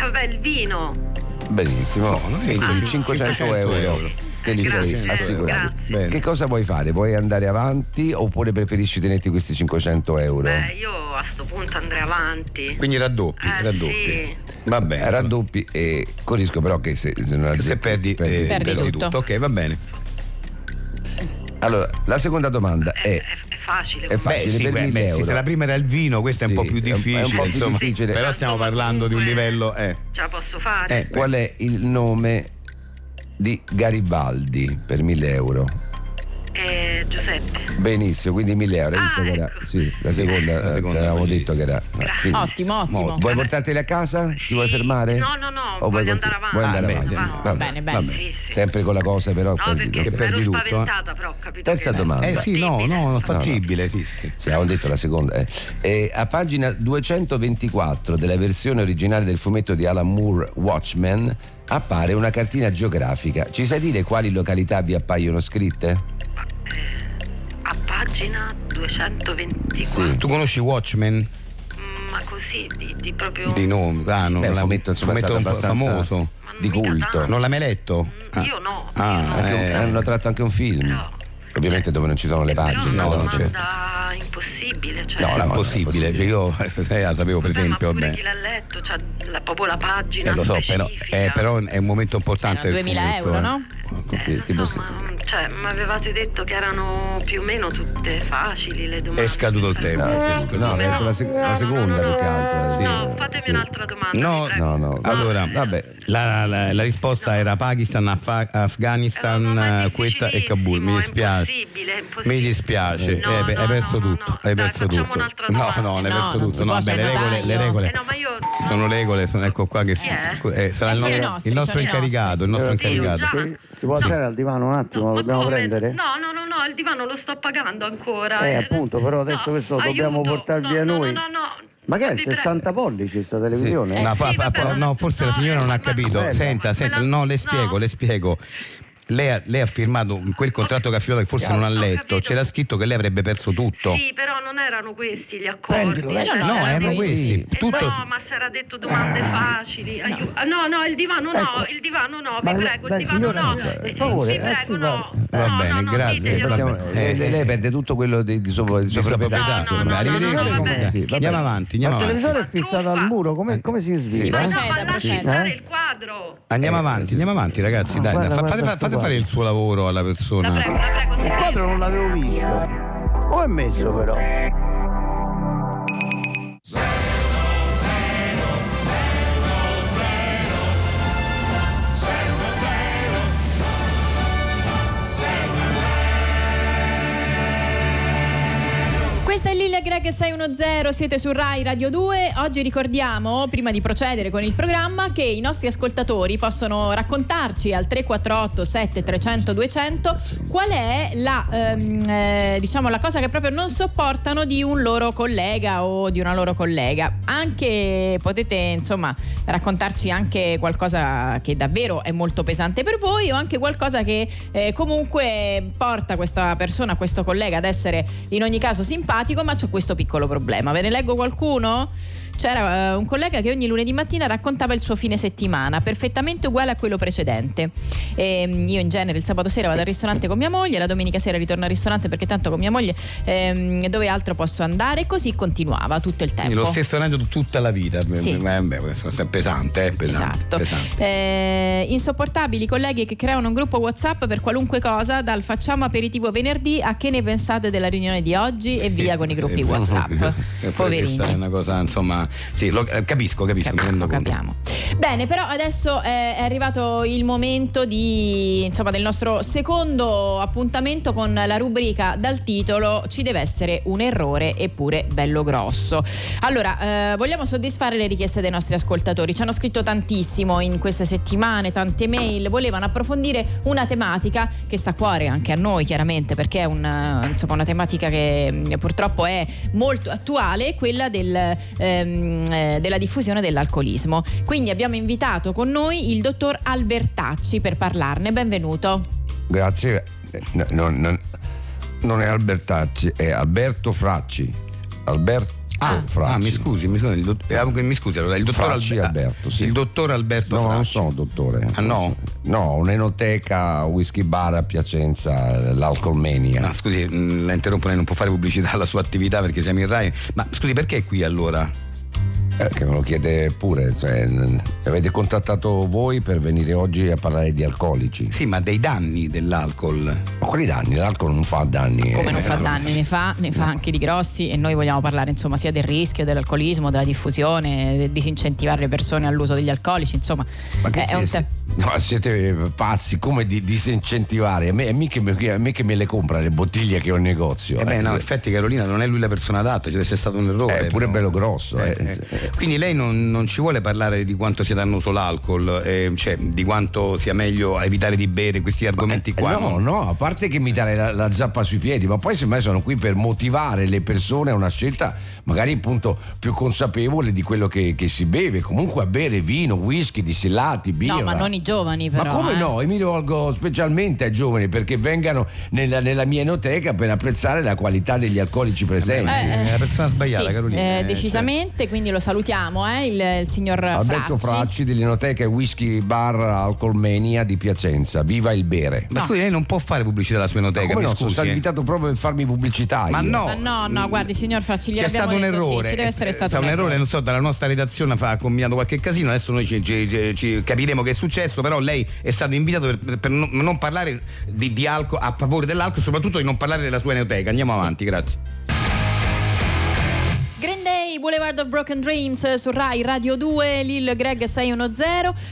Speaker 8: Vabbè, il vino.
Speaker 5: Benissimo,
Speaker 4: Buono, Ah, sì,
Speaker 5: quindi
Speaker 4: sì.
Speaker 5: 500 euro.
Speaker 4: 500 euro.
Speaker 5: Te li
Speaker 8: Grazie,
Speaker 5: sei
Speaker 8: eh,
Speaker 5: assicurati.
Speaker 8: grazie.
Speaker 4: Bene.
Speaker 5: Che cosa vuoi fare? Vuoi andare avanti oppure preferisci tenerti questi 500 euro?
Speaker 8: Beh, io a sto punto andrei avanti.
Speaker 4: Quindi raddoppi,
Speaker 8: Eh,
Speaker 4: raddoppi.
Speaker 8: sì.
Speaker 4: Va bene.
Speaker 5: Eh, Raddoppi e corrisco però che se, se non
Speaker 4: Se perdi, eh,
Speaker 3: Perdi tutto.
Speaker 4: Ok, va bene.
Speaker 5: Allora, la seconda domanda
Speaker 8: È,
Speaker 5: è...
Speaker 8: è- è facile.
Speaker 4: Eh.
Speaker 5: è
Speaker 8: comunque.
Speaker 5: facile per
Speaker 4: beh,
Speaker 5: 1000
Speaker 4: beh, sì,
Speaker 5: euro.
Speaker 4: se la prima era il vino, questa è
Speaker 5: Sì,
Speaker 4: un po' più
Speaker 5: è un- è un
Speaker 4: difficile.
Speaker 5: po' più
Speaker 4: insomma.
Speaker 5: difficile.
Speaker 4: Però stiamo
Speaker 8: Insomma,
Speaker 4: parlando di un
Speaker 8: comunque,
Speaker 4: livello. Eh.
Speaker 8: Ce la posso fare?
Speaker 4: Eh,
Speaker 5: Qual è il nome di Garibaldi per 1000 euro?
Speaker 8: Eh, Giuseppe.
Speaker 5: Benissimo, quindi 1000 euro. Hai
Speaker 8: Ah,
Speaker 5: visto che era...
Speaker 8: ecco.
Speaker 5: Sì, la
Speaker 4: Sì,
Speaker 5: seconda,
Speaker 4: la
Speaker 5: eh,
Speaker 4: seconda,
Speaker 5: te l'avevamo
Speaker 4: bellissimo.
Speaker 5: detto che era... ah, quindi-
Speaker 3: Ottimo, ottimo.
Speaker 5: Mo- Vuoi portarteli a casa? Ti vuoi fermare?
Speaker 8: No, no, no,
Speaker 5: O vuoi
Speaker 8: voglio andare
Speaker 5: continu-
Speaker 8: avanti.
Speaker 5: Vuoi andare
Speaker 4: Ah,
Speaker 5: avanti.
Speaker 4: beh,
Speaker 5: Va
Speaker 4: sì,
Speaker 5: bene.
Speaker 3: bene, bene.
Speaker 4: vabbè.
Speaker 8: Sì, sì.
Speaker 5: Sempre con la cosa però...
Speaker 8: No,
Speaker 5: perdi-
Speaker 8: perché
Speaker 5: ok.
Speaker 4: perdi
Speaker 8: ero
Speaker 4: tutto, eh.
Speaker 8: spaventata, però ho capito.
Speaker 5: Terza
Speaker 8: che-
Speaker 5: domanda.
Speaker 4: Eh sì, no, no, non fattibile, sì, sì.
Speaker 5: Sì, avevo detto la seconda. eh. Eh, a pagina 224 della versione originale del fumetto di Alan Moore Watchmen appare una cartina geografica. Ci sai dire quali località vi appaiono scritte?
Speaker 8: A pagina 224.
Speaker 5: Sì.
Speaker 4: Tu conosci Watchmen?
Speaker 8: Ma così, di, di proprio.
Speaker 4: Di nome, ah, non
Speaker 5: Beh, un
Speaker 4: la-
Speaker 5: fumetto, insomma, è
Speaker 4: fumetto
Speaker 5: stato
Speaker 4: un
Speaker 5: abbastanza
Speaker 4: po' famoso.
Speaker 8: Ma non
Speaker 5: di
Speaker 8: mica
Speaker 5: culto.
Speaker 8: tanto.
Speaker 4: Non l'hai mai letto?
Speaker 8: Mm, Io no.
Speaker 4: Ah,
Speaker 8: io no.
Speaker 5: Anche un-
Speaker 4: eh.
Speaker 5: Hanno tratto anche un film.
Speaker 8: No.
Speaker 5: Ovviamente dove non ci sono le
Speaker 8: Però è
Speaker 5: pagine.
Speaker 8: una
Speaker 4: no,
Speaker 5: non c'è.
Speaker 8: domanda impossibile. Cioè,
Speaker 5: No,
Speaker 4: No,
Speaker 5: no,
Speaker 4: è
Speaker 5: non è
Speaker 4: possibile, cioè io eh, la sapevo per
Speaker 8: Beh,
Speaker 4: esempio,
Speaker 8: ma pure
Speaker 4: vabbè.
Speaker 8: chi l'ha letto, cioè, la, proprio la pagina.
Speaker 4: Eh, lo so, però,
Speaker 8: specifica.
Speaker 4: eh, però è un momento importante.
Speaker 3: Erano
Speaker 4: del
Speaker 3: 2000
Speaker 4: fumetto,
Speaker 3: euro,
Speaker 4: eh.
Speaker 3: no?
Speaker 5: Sì,
Speaker 8: Non
Speaker 5: tipo
Speaker 8: so,
Speaker 5: se-
Speaker 8: ma, cioè, mi avevate detto che erano più o meno tutte facili le domande.
Speaker 4: È scaduto il tempo.
Speaker 5: No,
Speaker 4: è
Speaker 5: scusa,
Speaker 4: scaduto il
Speaker 5: no,
Speaker 4: tempo.
Speaker 5: ho detto la, sec- la seconda più che altro.
Speaker 8: No,
Speaker 5: sì.
Speaker 8: fatemi
Speaker 5: Sì.
Speaker 8: un'altra domanda.
Speaker 4: No,
Speaker 8: vi prego. Ah,
Speaker 5: No, no.
Speaker 4: Allora,
Speaker 5: vabbè.
Speaker 4: La, la- la risposta era Pakistan, Affa-
Speaker 8: Eh, no, ma
Speaker 4: Afghanistan,
Speaker 8: è
Speaker 4: eh, Quetta e Kabul. Mi
Speaker 8: difficilissimo, è
Speaker 4: dispiace.
Speaker 8: impossibile, è impossibile.
Speaker 4: Mi dispiace,
Speaker 8: No,
Speaker 4: Eh, beh, hai
Speaker 8: no,
Speaker 4: perso
Speaker 8: no,
Speaker 4: tutto.
Speaker 8: no. Dai,
Speaker 4: Hai perso
Speaker 8: facciamo
Speaker 4: tutto.
Speaker 8: un'altra
Speaker 4: No,
Speaker 8: domanda.
Speaker 4: no, ne
Speaker 3: Eh,
Speaker 4: hai
Speaker 3: no,
Speaker 4: perso
Speaker 3: non
Speaker 4: tutto.
Speaker 3: si
Speaker 4: No,
Speaker 3: può
Speaker 4: beh, le
Speaker 3: fare
Speaker 4: regole, le
Speaker 3: notaio.
Speaker 4: regole.
Speaker 8: Eh, no, ma io.
Speaker 4: Sono regole, sono ecco qua che
Speaker 8: Chi è?
Speaker 4: scu- eh, sarà il,
Speaker 3: Sono i
Speaker 4: nostro-
Speaker 3: nostri,
Speaker 4: il nostro
Speaker 3: sono i
Speaker 4: incaricato, il nostro
Speaker 8: Sì,
Speaker 4: incaricato.
Speaker 8: già.
Speaker 9: Si può andare al divano un attimo,
Speaker 8: No,
Speaker 9: lo
Speaker 8: ma
Speaker 9: dobbiamo
Speaker 8: come?
Speaker 9: Eh, prendere?
Speaker 8: No, no, no, no, il divano lo sto pagando ancora. Eh,
Speaker 9: Eh, appunto, però adesso questo dobbiamo
Speaker 8: aiuto.
Speaker 9: portarvi
Speaker 8: No,
Speaker 9: a
Speaker 8: no,
Speaker 9: noi.
Speaker 8: No, no, no.
Speaker 9: Ma che è
Speaker 8: Vi
Speaker 9: 60 pollici questa televisione?
Speaker 4: No,
Speaker 9: eh?
Speaker 4: fa-
Speaker 8: sì,
Speaker 4: fa-
Speaker 8: vabbè,
Speaker 4: fa-
Speaker 8: ma-
Speaker 4: no, forse la
Speaker 8: no,
Speaker 4: signora non ha
Speaker 8: ma-
Speaker 4: capito.
Speaker 9: Bello.
Speaker 4: Senta,
Speaker 8: Ma
Speaker 4: senta,
Speaker 8: la-
Speaker 4: no, le
Speaker 8: no.
Speaker 4: spiego, le spiego. Lei ha, lei ha firmato quel contratto che ha firmato che forse non ha
Speaker 8: Ho
Speaker 4: letto,
Speaker 8: capito.
Speaker 4: c'era scritto che lei avrebbe perso tutto.
Speaker 8: Sì, però non erano questi gli accordi.
Speaker 9: Prendilo, eh.
Speaker 8: cioè,
Speaker 3: No, no,
Speaker 8: era
Speaker 3: erano
Speaker 8: detto-
Speaker 4: questi.
Speaker 8: Eh,
Speaker 4: Tutto-
Speaker 8: No, ma sarà detto domande
Speaker 9: Ah,
Speaker 8: facili. aiu- ah, No, no, il divano no, il divano no, vi
Speaker 9: Ecco. Ma le-
Speaker 8: prego, il
Speaker 9: dai,
Speaker 8: divano
Speaker 9: signora,
Speaker 8: no.
Speaker 9: per
Speaker 8: Eh,
Speaker 9: favore,
Speaker 8: sì,
Speaker 9: eh,
Speaker 8: prego,
Speaker 9: sì,
Speaker 8: no.
Speaker 4: Va
Speaker 8: No,
Speaker 4: bene,
Speaker 8: no, no,
Speaker 4: grazie.
Speaker 8: diteglielo.
Speaker 4: Va bene.
Speaker 5: Siamo- eh, lei, lei perde tutto quello di, di, sopra- di
Speaker 4: Di sua proprietà,
Speaker 8: no,
Speaker 4: insomma.
Speaker 8: no, no,
Speaker 4: Arrivederci.
Speaker 8: no, no, vabbè.
Speaker 4: Sì, vabbè. Andiamo avanti,
Speaker 9: Ma il
Speaker 4: andiamo avanti.
Speaker 9: televisore è fissato al muro, come, come si
Speaker 8: Ma
Speaker 9: svira?
Speaker 8: no,
Speaker 3: Proceda,
Speaker 8: ma lasci
Speaker 3: proceda.
Speaker 8: stare il quadro.
Speaker 4: Andiamo avanti, andiamo avanti, ragazzi. Dai,
Speaker 9: guarda,
Speaker 4: dai, fa-
Speaker 9: guarda
Speaker 4: fate, fa-
Speaker 9: sto
Speaker 4: fate
Speaker 9: qua.
Speaker 4: fare il suo lavoro alla
Speaker 8: La
Speaker 4: persona.
Speaker 8: prego, la prego.
Speaker 9: Il
Speaker 8: sì.
Speaker 9: quadro non l'avevo visto. Come è messo però?
Speaker 3: Questa è Lilia Greg 610, siete su Rai Radio 2. Oggi ricordiamo, prima di procedere con il programma, che i nostri ascoltatori possono raccontarci al 348 7300 200 qual è la, ehm, eh, diciamo, la cosa che proprio non sopportano di un loro collega o di una loro collega. Anche potete, insomma, raccontarci anche qualcosa che davvero è molto pesante per voi o anche qualcosa che eh, comunque porta questa persona, questo collega ad essere in ogni caso simpatico, ma c'è questo questo piccolo problema. Ve ne leggo qualcuno? C'era eh, un collega che ogni lunedì mattina raccontava il suo fine settimana, perfettamente uguale a quello precedente. Ehm, io in genere il sabato sera vado al ristorante con mia moglie, la domenica sera ritorno al ristorante perché tanto con mia moglie ehm, dove altro posso andare e così continuava tutto il tempo.
Speaker 4: Quindi lo stesso aneddoto tutta la vita.
Speaker 3: Sì.
Speaker 4: Eh, beh, questo è pesante, eh, pesante,
Speaker 3: Esatto.
Speaker 4: pesante.
Speaker 3: Eh, insopportabili colleghi che creano un gruppo WhatsApp per qualunque cosa, dal facciamo aperitivo venerdì a che ne pensate della riunione di oggi e via con i gruppi
Speaker 4: Eh,
Speaker 3: WhatsApp.
Speaker 4: eh, Questa è
Speaker 3: Poverini.
Speaker 4: una cosa, insomma, sì, lo- eh, capisco, capisco, mi rendo
Speaker 3: Capiamo,
Speaker 4: conto.
Speaker 3: capiamo. Bene, però adesso eh, è arrivato il momento di, insomma, del nostro secondo appuntamento con la rubrica dal titolo Ci deve essere un errore eppure bello grosso. Allora, eh, vogliamo soddisfare le richieste dei nostri ascoltatori. Ci hanno scritto tantissimo in queste settimane, tante mail, volevano approfondire una tematica che sta a cuore anche a noi, chiaramente, perché è una, insomma, una tematica che mh, purtroppo è molto attuale, quella del, ehm, eh, della diffusione dell'alcolismo. Quindi abbiamo invitato con noi il dottor Albertacci per parlarne. Benvenuto.
Speaker 5: Grazie. Eh, no, no, no, non è Albertacci, è Alberto Fracci. Alberto
Speaker 4: Ah,
Speaker 5: Fracci.
Speaker 4: ah, mi scusi, mi scusi, il dott- eh, comunque, mi scusi, allora, il dottor
Speaker 5: Fracci
Speaker 4: Albe- ah,
Speaker 5: Alberto, sì.
Speaker 4: Il dottor Alberto
Speaker 5: No, non
Speaker 4: Fracci.
Speaker 5: sono dottore.
Speaker 4: Ah, no?
Speaker 5: No, un'enoteca, whisky bar a Piacenza, l'alcolmenia.
Speaker 4: No, scusi, mh, la interrompo, lei non può fare pubblicità alla sua attività perché siamo in Rai. Ma scusi, perché è qui allora?
Speaker 5: Eh, che me lo chiede pure. cioè, n- avete contattato voi per venire oggi a parlare di alcolici.
Speaker 4: Sì, ma dei danni dell'alcol.
Speaker 5: Ma quali danni? L'alcol non fa danni.
Speaker 3: Come
Speaker 5: eh,
Speaker 3: non fa
Speaker 5: ecco.
Speaker 3: danni, ne fa, ne fa anche di grossi e noi vogliamo parlare insomma sia del rischio dell'alcolismo, della diffusione, de- disincentivare le persone all'uso degli alcolici, insomma
Speaker 5: Ma
Speaker 3: è,
Speaker 5: che
Speaker 3: è
Speaker 5: siete-
Speaker 3: un tema.
Speaker 5: No, siete eh, pazzi, come di disincentivare? A me, a me che me, a me che me le compra le bottiglie che ho in negozio.
Speaker 4: Eh beh,
Speaker 5: eh.
Speaker 4: no, in effetti Carolina non è lui la persona adatta, cioè c'è stato un errore.
Speaker 5: Eh, pure
Speaker 4: però.
Speaker 5: bello grosso, eh.
Speaker 4: Quindi lei non, non ci vuole parlare di quanto sia dannoso l'alcol, eh, cioè di quanto sia meglio evitare di bere questi argomenti qua.
Speaker 5: eh, No, no, a parte che mi dare la, la zappa sui piedi, ma poi semmai sono qui per motivare le persone a una scelta magari appunto più consapevole di quello che, che si beve, comunque a bere vino, whisky, distillati, birra.
Speaker 3: No, ma non i giovani
Speaker 5: eh. Ma
Speaker 3: però.
Speaker 5: come
Speaker 3: eh.
Speaker 5: no? E mi rivolgo specialmente ai giovani perché vengano nella, nella mia enoteca per apprezzare la qualità degli alcolici presenti.
Speaker 3: Eh, eh,
Speaker 4: È la persona sbagliata,
Speaker 3: sì,
Speaker 4: Carolina,
Speaker 3: eh,
Speaker 4: eh,
Speaker 3: decisamente, quindi lo salutiamo, eh, il, il signor
Speaker 5: Alberto
Speaker 3: Fracci.
Speaker 5: Fracci dell'Enoteca e Whisky Bar Alcolmenia di Piacenza. Viva il bere!
Speaker 4: Ma scusi, lei non può fare pubblicità alla sua enoteca,
Speaker 5: Come
Speaker 4: mi
Speaker 5: no, sono
Speaker 4: scusi.
Speaker 5: stato
Speaker 4: eh.
Speaker 5: invitato proprio per farmi pubblicità.
Speaker 4: Ma
Speaker 5: io.
Speaker 4: no,
Speaker 3: Ma no, no, guardi, signor Fracci,
Speaker 4: c'è
Speaker 3: gliel'abbiamo
Speaker 4: stato un
Speaker 3: detto, sì,
Speaker 4: errore.
Speaker 3: ci deve essere
Speaker 4: eh,
Speaker 3: stato
Speaker 4: c'è
Speaker 3: un errore.
Speaker 4: non so, dalla nostra redazione fa, ha combinato qualche casino, adesso noi ci, ci- ci- ci capiremo che è successo, però lei è stato invitato per, per- per non, non parlare di, di alcol, a favore dell'alcol, soprattutto di non parlare della sua enoteca. Andiamo avanti, grazie.
Speaker 3: Green Day, Boulevard of Broken Dreams eh, su Rai Radio 2, Lil Greg 610.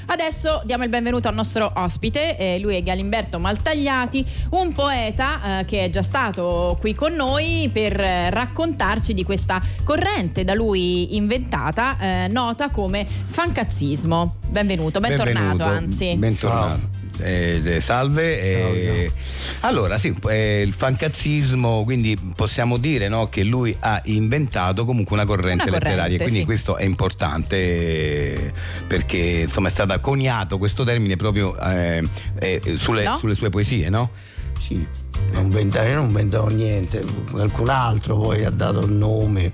Speaker 3: Adesso diamo il benvenuto al nostro ospite, eh, lui è Galimberto Maltagliati, un poeta eh, che è già stato qui con noi per eh, raccontarci di questa corrente da lui inventata, eh, nota come fancazzismo. Benvenuto, bentornato
Speaker 4: Benvenuto,
Speaker 3: anzi.
Speaker 4: Bentornato. Eh, eh, salve, eh, allora sì, eh, il fancazzismo, quindi possiamo dire no, che lui ha inventato comunque una
Speaker 3: Una
Speaker 4: corrente,
Speaker 3: corrente,
Speaker 4: letteraria, quindi
Speaker 3: sì.
Speaker 4: questo è importante eh, perché insomma è stato coniato questo termine proprio eh, eh, sulle,
Speaker 3: No?
Speaker 4: sulle sue poesie, no?
Speaker 7: Sì, non inventavo, io non inventavo niente, qualcun altro poi ha dato il nome,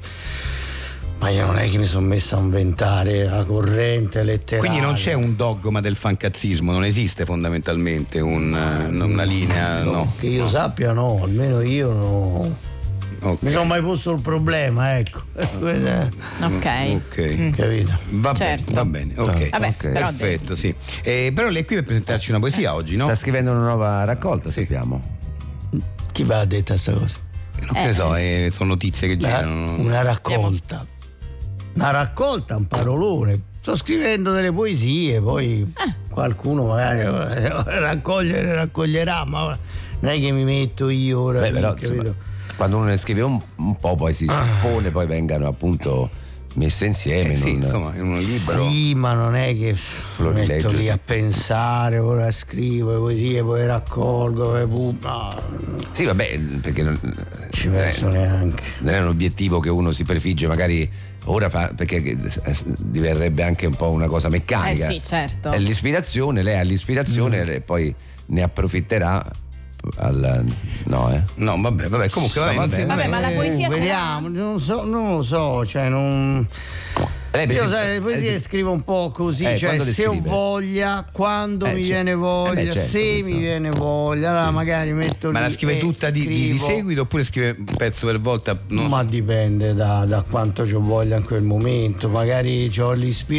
Speaker 7: ma io non è che mi sono messo a inventare la corrente letteraria.
Speaker 4: Quindi non c'è un dogma del fancazzismo, non esiste fondamentalmente un, eh, una linea, no?
Speaker 7: Che io sappia no, almeno io no.
Speaker 4: Ok.
Speaker 7: Mi sono mai posto il problema, ecco. Questo è-
Speaker 3: Ok.
Speaker 4: Ok.
Speaker 7: Capito?
Speaker 4: Va
Speaker 3: Certo.
Speaker 4: bene, va bene, ok.
Speaker 3: Vabbè,
Speaker 5: Ok.
Speaker 3: però
Speaker 4: Perfetto, sì. Eh, però lei è qui per presentarci una poesia oggi, no?
Speaker 5: Sta scrivendo una nuova raccolta, sappiamo.
Speaker 7: Chi va a detta questa cosa?
Speaker 4: Non che ne so, eh, sono notizie che
Speaker 7: La-
Speaker 4: girano.
Speaker 7: una raccolta. Una raccolta, un parolone. Sto scrivendo delle poesie, poi qualcuno magari eh, raccogliere raccoglierà, ma non è che mi metto io ora.
Speaker 5: Beh,
Speaker 7: lì,
Speaker 5: però,
Speaker 7: capito?
Speaker 5: insomma, quando uno ne scrive un, un po', poi si suppone, poi vengano appunto messe insieme.
Speaker 4: Eh, sì,
Speaker 5: non-
Speaker 4: insomma, in un libro.
Speaker 7: Sì, ma non è che mi
Speaker 5: Florileggio
Speaker 7: metto
Speaker 5: di-
Speaker 7: lì a pensare, ora scrivo le poesie, poi raccolgo, poi pu- no, non
Speaker 5: Sì, vabbè, perché non,
Speaker 7: ci
Speaker 5: eh,
Speaker 7: penso neanche.
Speaker 5: non è un obiettivo che uno si prefigge, magari ora fa, perché eh, diverrebbe anche un po' una cosa
Speaker 3: Eh
Speaker 5: meccanica.
Speaker 4: eh,
Speaker 3: sì, certo.
Speaker 4: Mm.
Speaker 5: È l'ispirazione, lei ha l'ispirazione e poi ne approfitterà alla- no, eh?
Speaker 4: No, vabbè, vabbè, comunque va bene.
Speaker 3: Vabbè, ma la poesia
Speaker 7: Eh,
Speaker 3: sarà-
Speaker 7: Vediamo, non, so, non lo so, cioè non.
Speaker 5: Lei, per
Speaker 7: Io
Speaker 5: esempio-
Speaker 7: sai, le poesie
Speaker 5: eh, sì.
Speaker 7: scrivo un po' così,
Speaker 5: Eh,
Speaker 7: cioè
Speaker 5: quando le
Speaker 7: se ho
Speaker 5: scrive?
Speaker 7: voglia, quando
Speaker 4: cioè,
Speaker 5: Eh,
Speaker 7: mi
Speaker 5: certo.
Speaker 7: viene voglia,
Speaker 5: Eh, beh, certo,
Speaker 7: se
Speaker 5: questo.
Speaker 7: mi viene voglia, allora magari metto
Speaker 4: Ma
Speaker 7: lì
Speaker 4: la scrive
Speaker 7: e
Speaker 4: tutta di, di- di
Speaker 7: eh, scrivo.
Speaker 4: seguito oppure scrive un pezzo per volta? Non
Speaker 7: Ma dipende da, da quanto ho voglia in quel momento, magari ho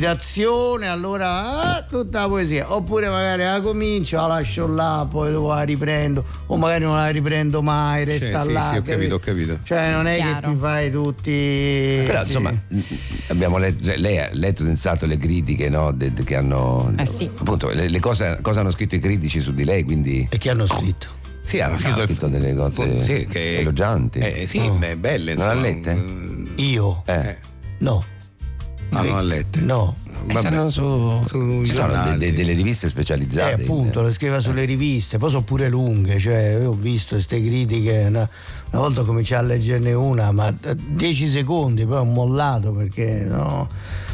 Speaker 7: l'ispirazione, allora ah, tutta la poesia, oppure magari la comincio, la lascio là, poi dopo la riprendo, o magari non la riprendo mai, resta
Speaker 4: sì,
Speaker 7: là.
Speaker 4: sì, ho capito, ho capito.
Speaker 7: Cioè non è
Speaker 3: Chiaro.
Speaker 7: che ti fai tutti...
Speaker 5: Però
Speaker 7: sì.
Speaker 5: insomma, mh, abbiamo letto, cioè, lei ha letto sensato le critiche no, de- de- che hanno.
Speaker 3: Eh, sì.
Speaker 5: Appunto, le, le cose, cosa hanno scritto i critici su di lei, quindi.
Speaker 7: E che hanno scritto?
Speaker 4: Sì, hanno
Speaker 5: Ha scritto delle cose
Speaker 4: Sì, che-
Speaker 5: elogianti. Oh.
Speaker 4: Eh, sì, beh, belle.
Speaker 5: Non l'ha
Speaker 4: insomma.
Speaker 5: lette?
Speaker 4: Mm,
Speaker 7: Io?
Speaker 5: Eh.
Speaker 7: No,
Speaker 4: No, non l'ha lette.
Speaker 7: no.
Speaker 5: Eh, saranno su-
Speaker 4: sui
Speaker 5: ci sono de-
Speaker 4: giornali.
Speaker 5: de- delle riviste
Speaker 7: Eh,
Speaker 5: specializzate.
Speaker 7: appunto, lo scriveva sulle riviste, poi sono pure lunghe, cioè io ho visto queste critiche, una, una volta cominciai a leggerne una, ma eh, 10 secondi, poi ho mollato perché no.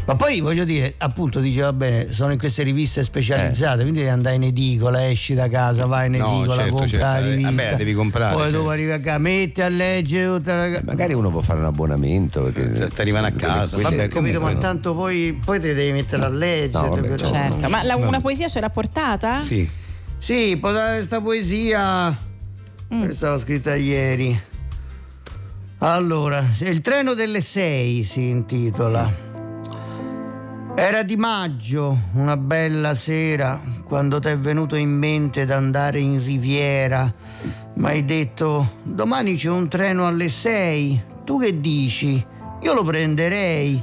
Speaker 7: Ma poi voglio dire, appunto, diceva bene, sono in queste riviste specializzate, quindi devi andare in edicola, esci da casa, vai in
Speaker 4: Eh. No,
Speaker 7: edicola,
Speaker 4: certo,
Speaker 7: compra
Speaker 4: certo,
Speaker 7: la
Speaker 4: eh,
Speaker 7: rivista.
Speaker 4: vabbè, la devi comprare,
Speaker 7: Poi
Speaker 4: certo.
Speaker 7: dopo arrivi a casa, metti a leggere tutta la.
Speaker 5: Magari uno può fare un abbonamento. Perché,
Speaker 4: Se ti arrivano a casa. Vabbè,
Speaker 7: Capito,
Speaker 4: comunque-
Speaker 7: ma tanto poi, poi te devi mettere a leggere.
Speaker 5: No, vabbè,
Speaker 7: però-
Speaker 3: Certo, ma la- una poesia ce l'ha portata?
Speaker 4: Sì.
Speaker 7: Sì, può dare questa poesia.
Speaker 3: Mm.
Speaker 7: Questa l'ho scritta ieri. Allora, il treno delle sei si intitola. Era di maggio, una bella sera, quando ti è venuto in mente d'andare in riviera. Ma hai detto, domani c'è un treno alle sei. Tu che dici? Io lo prenderei.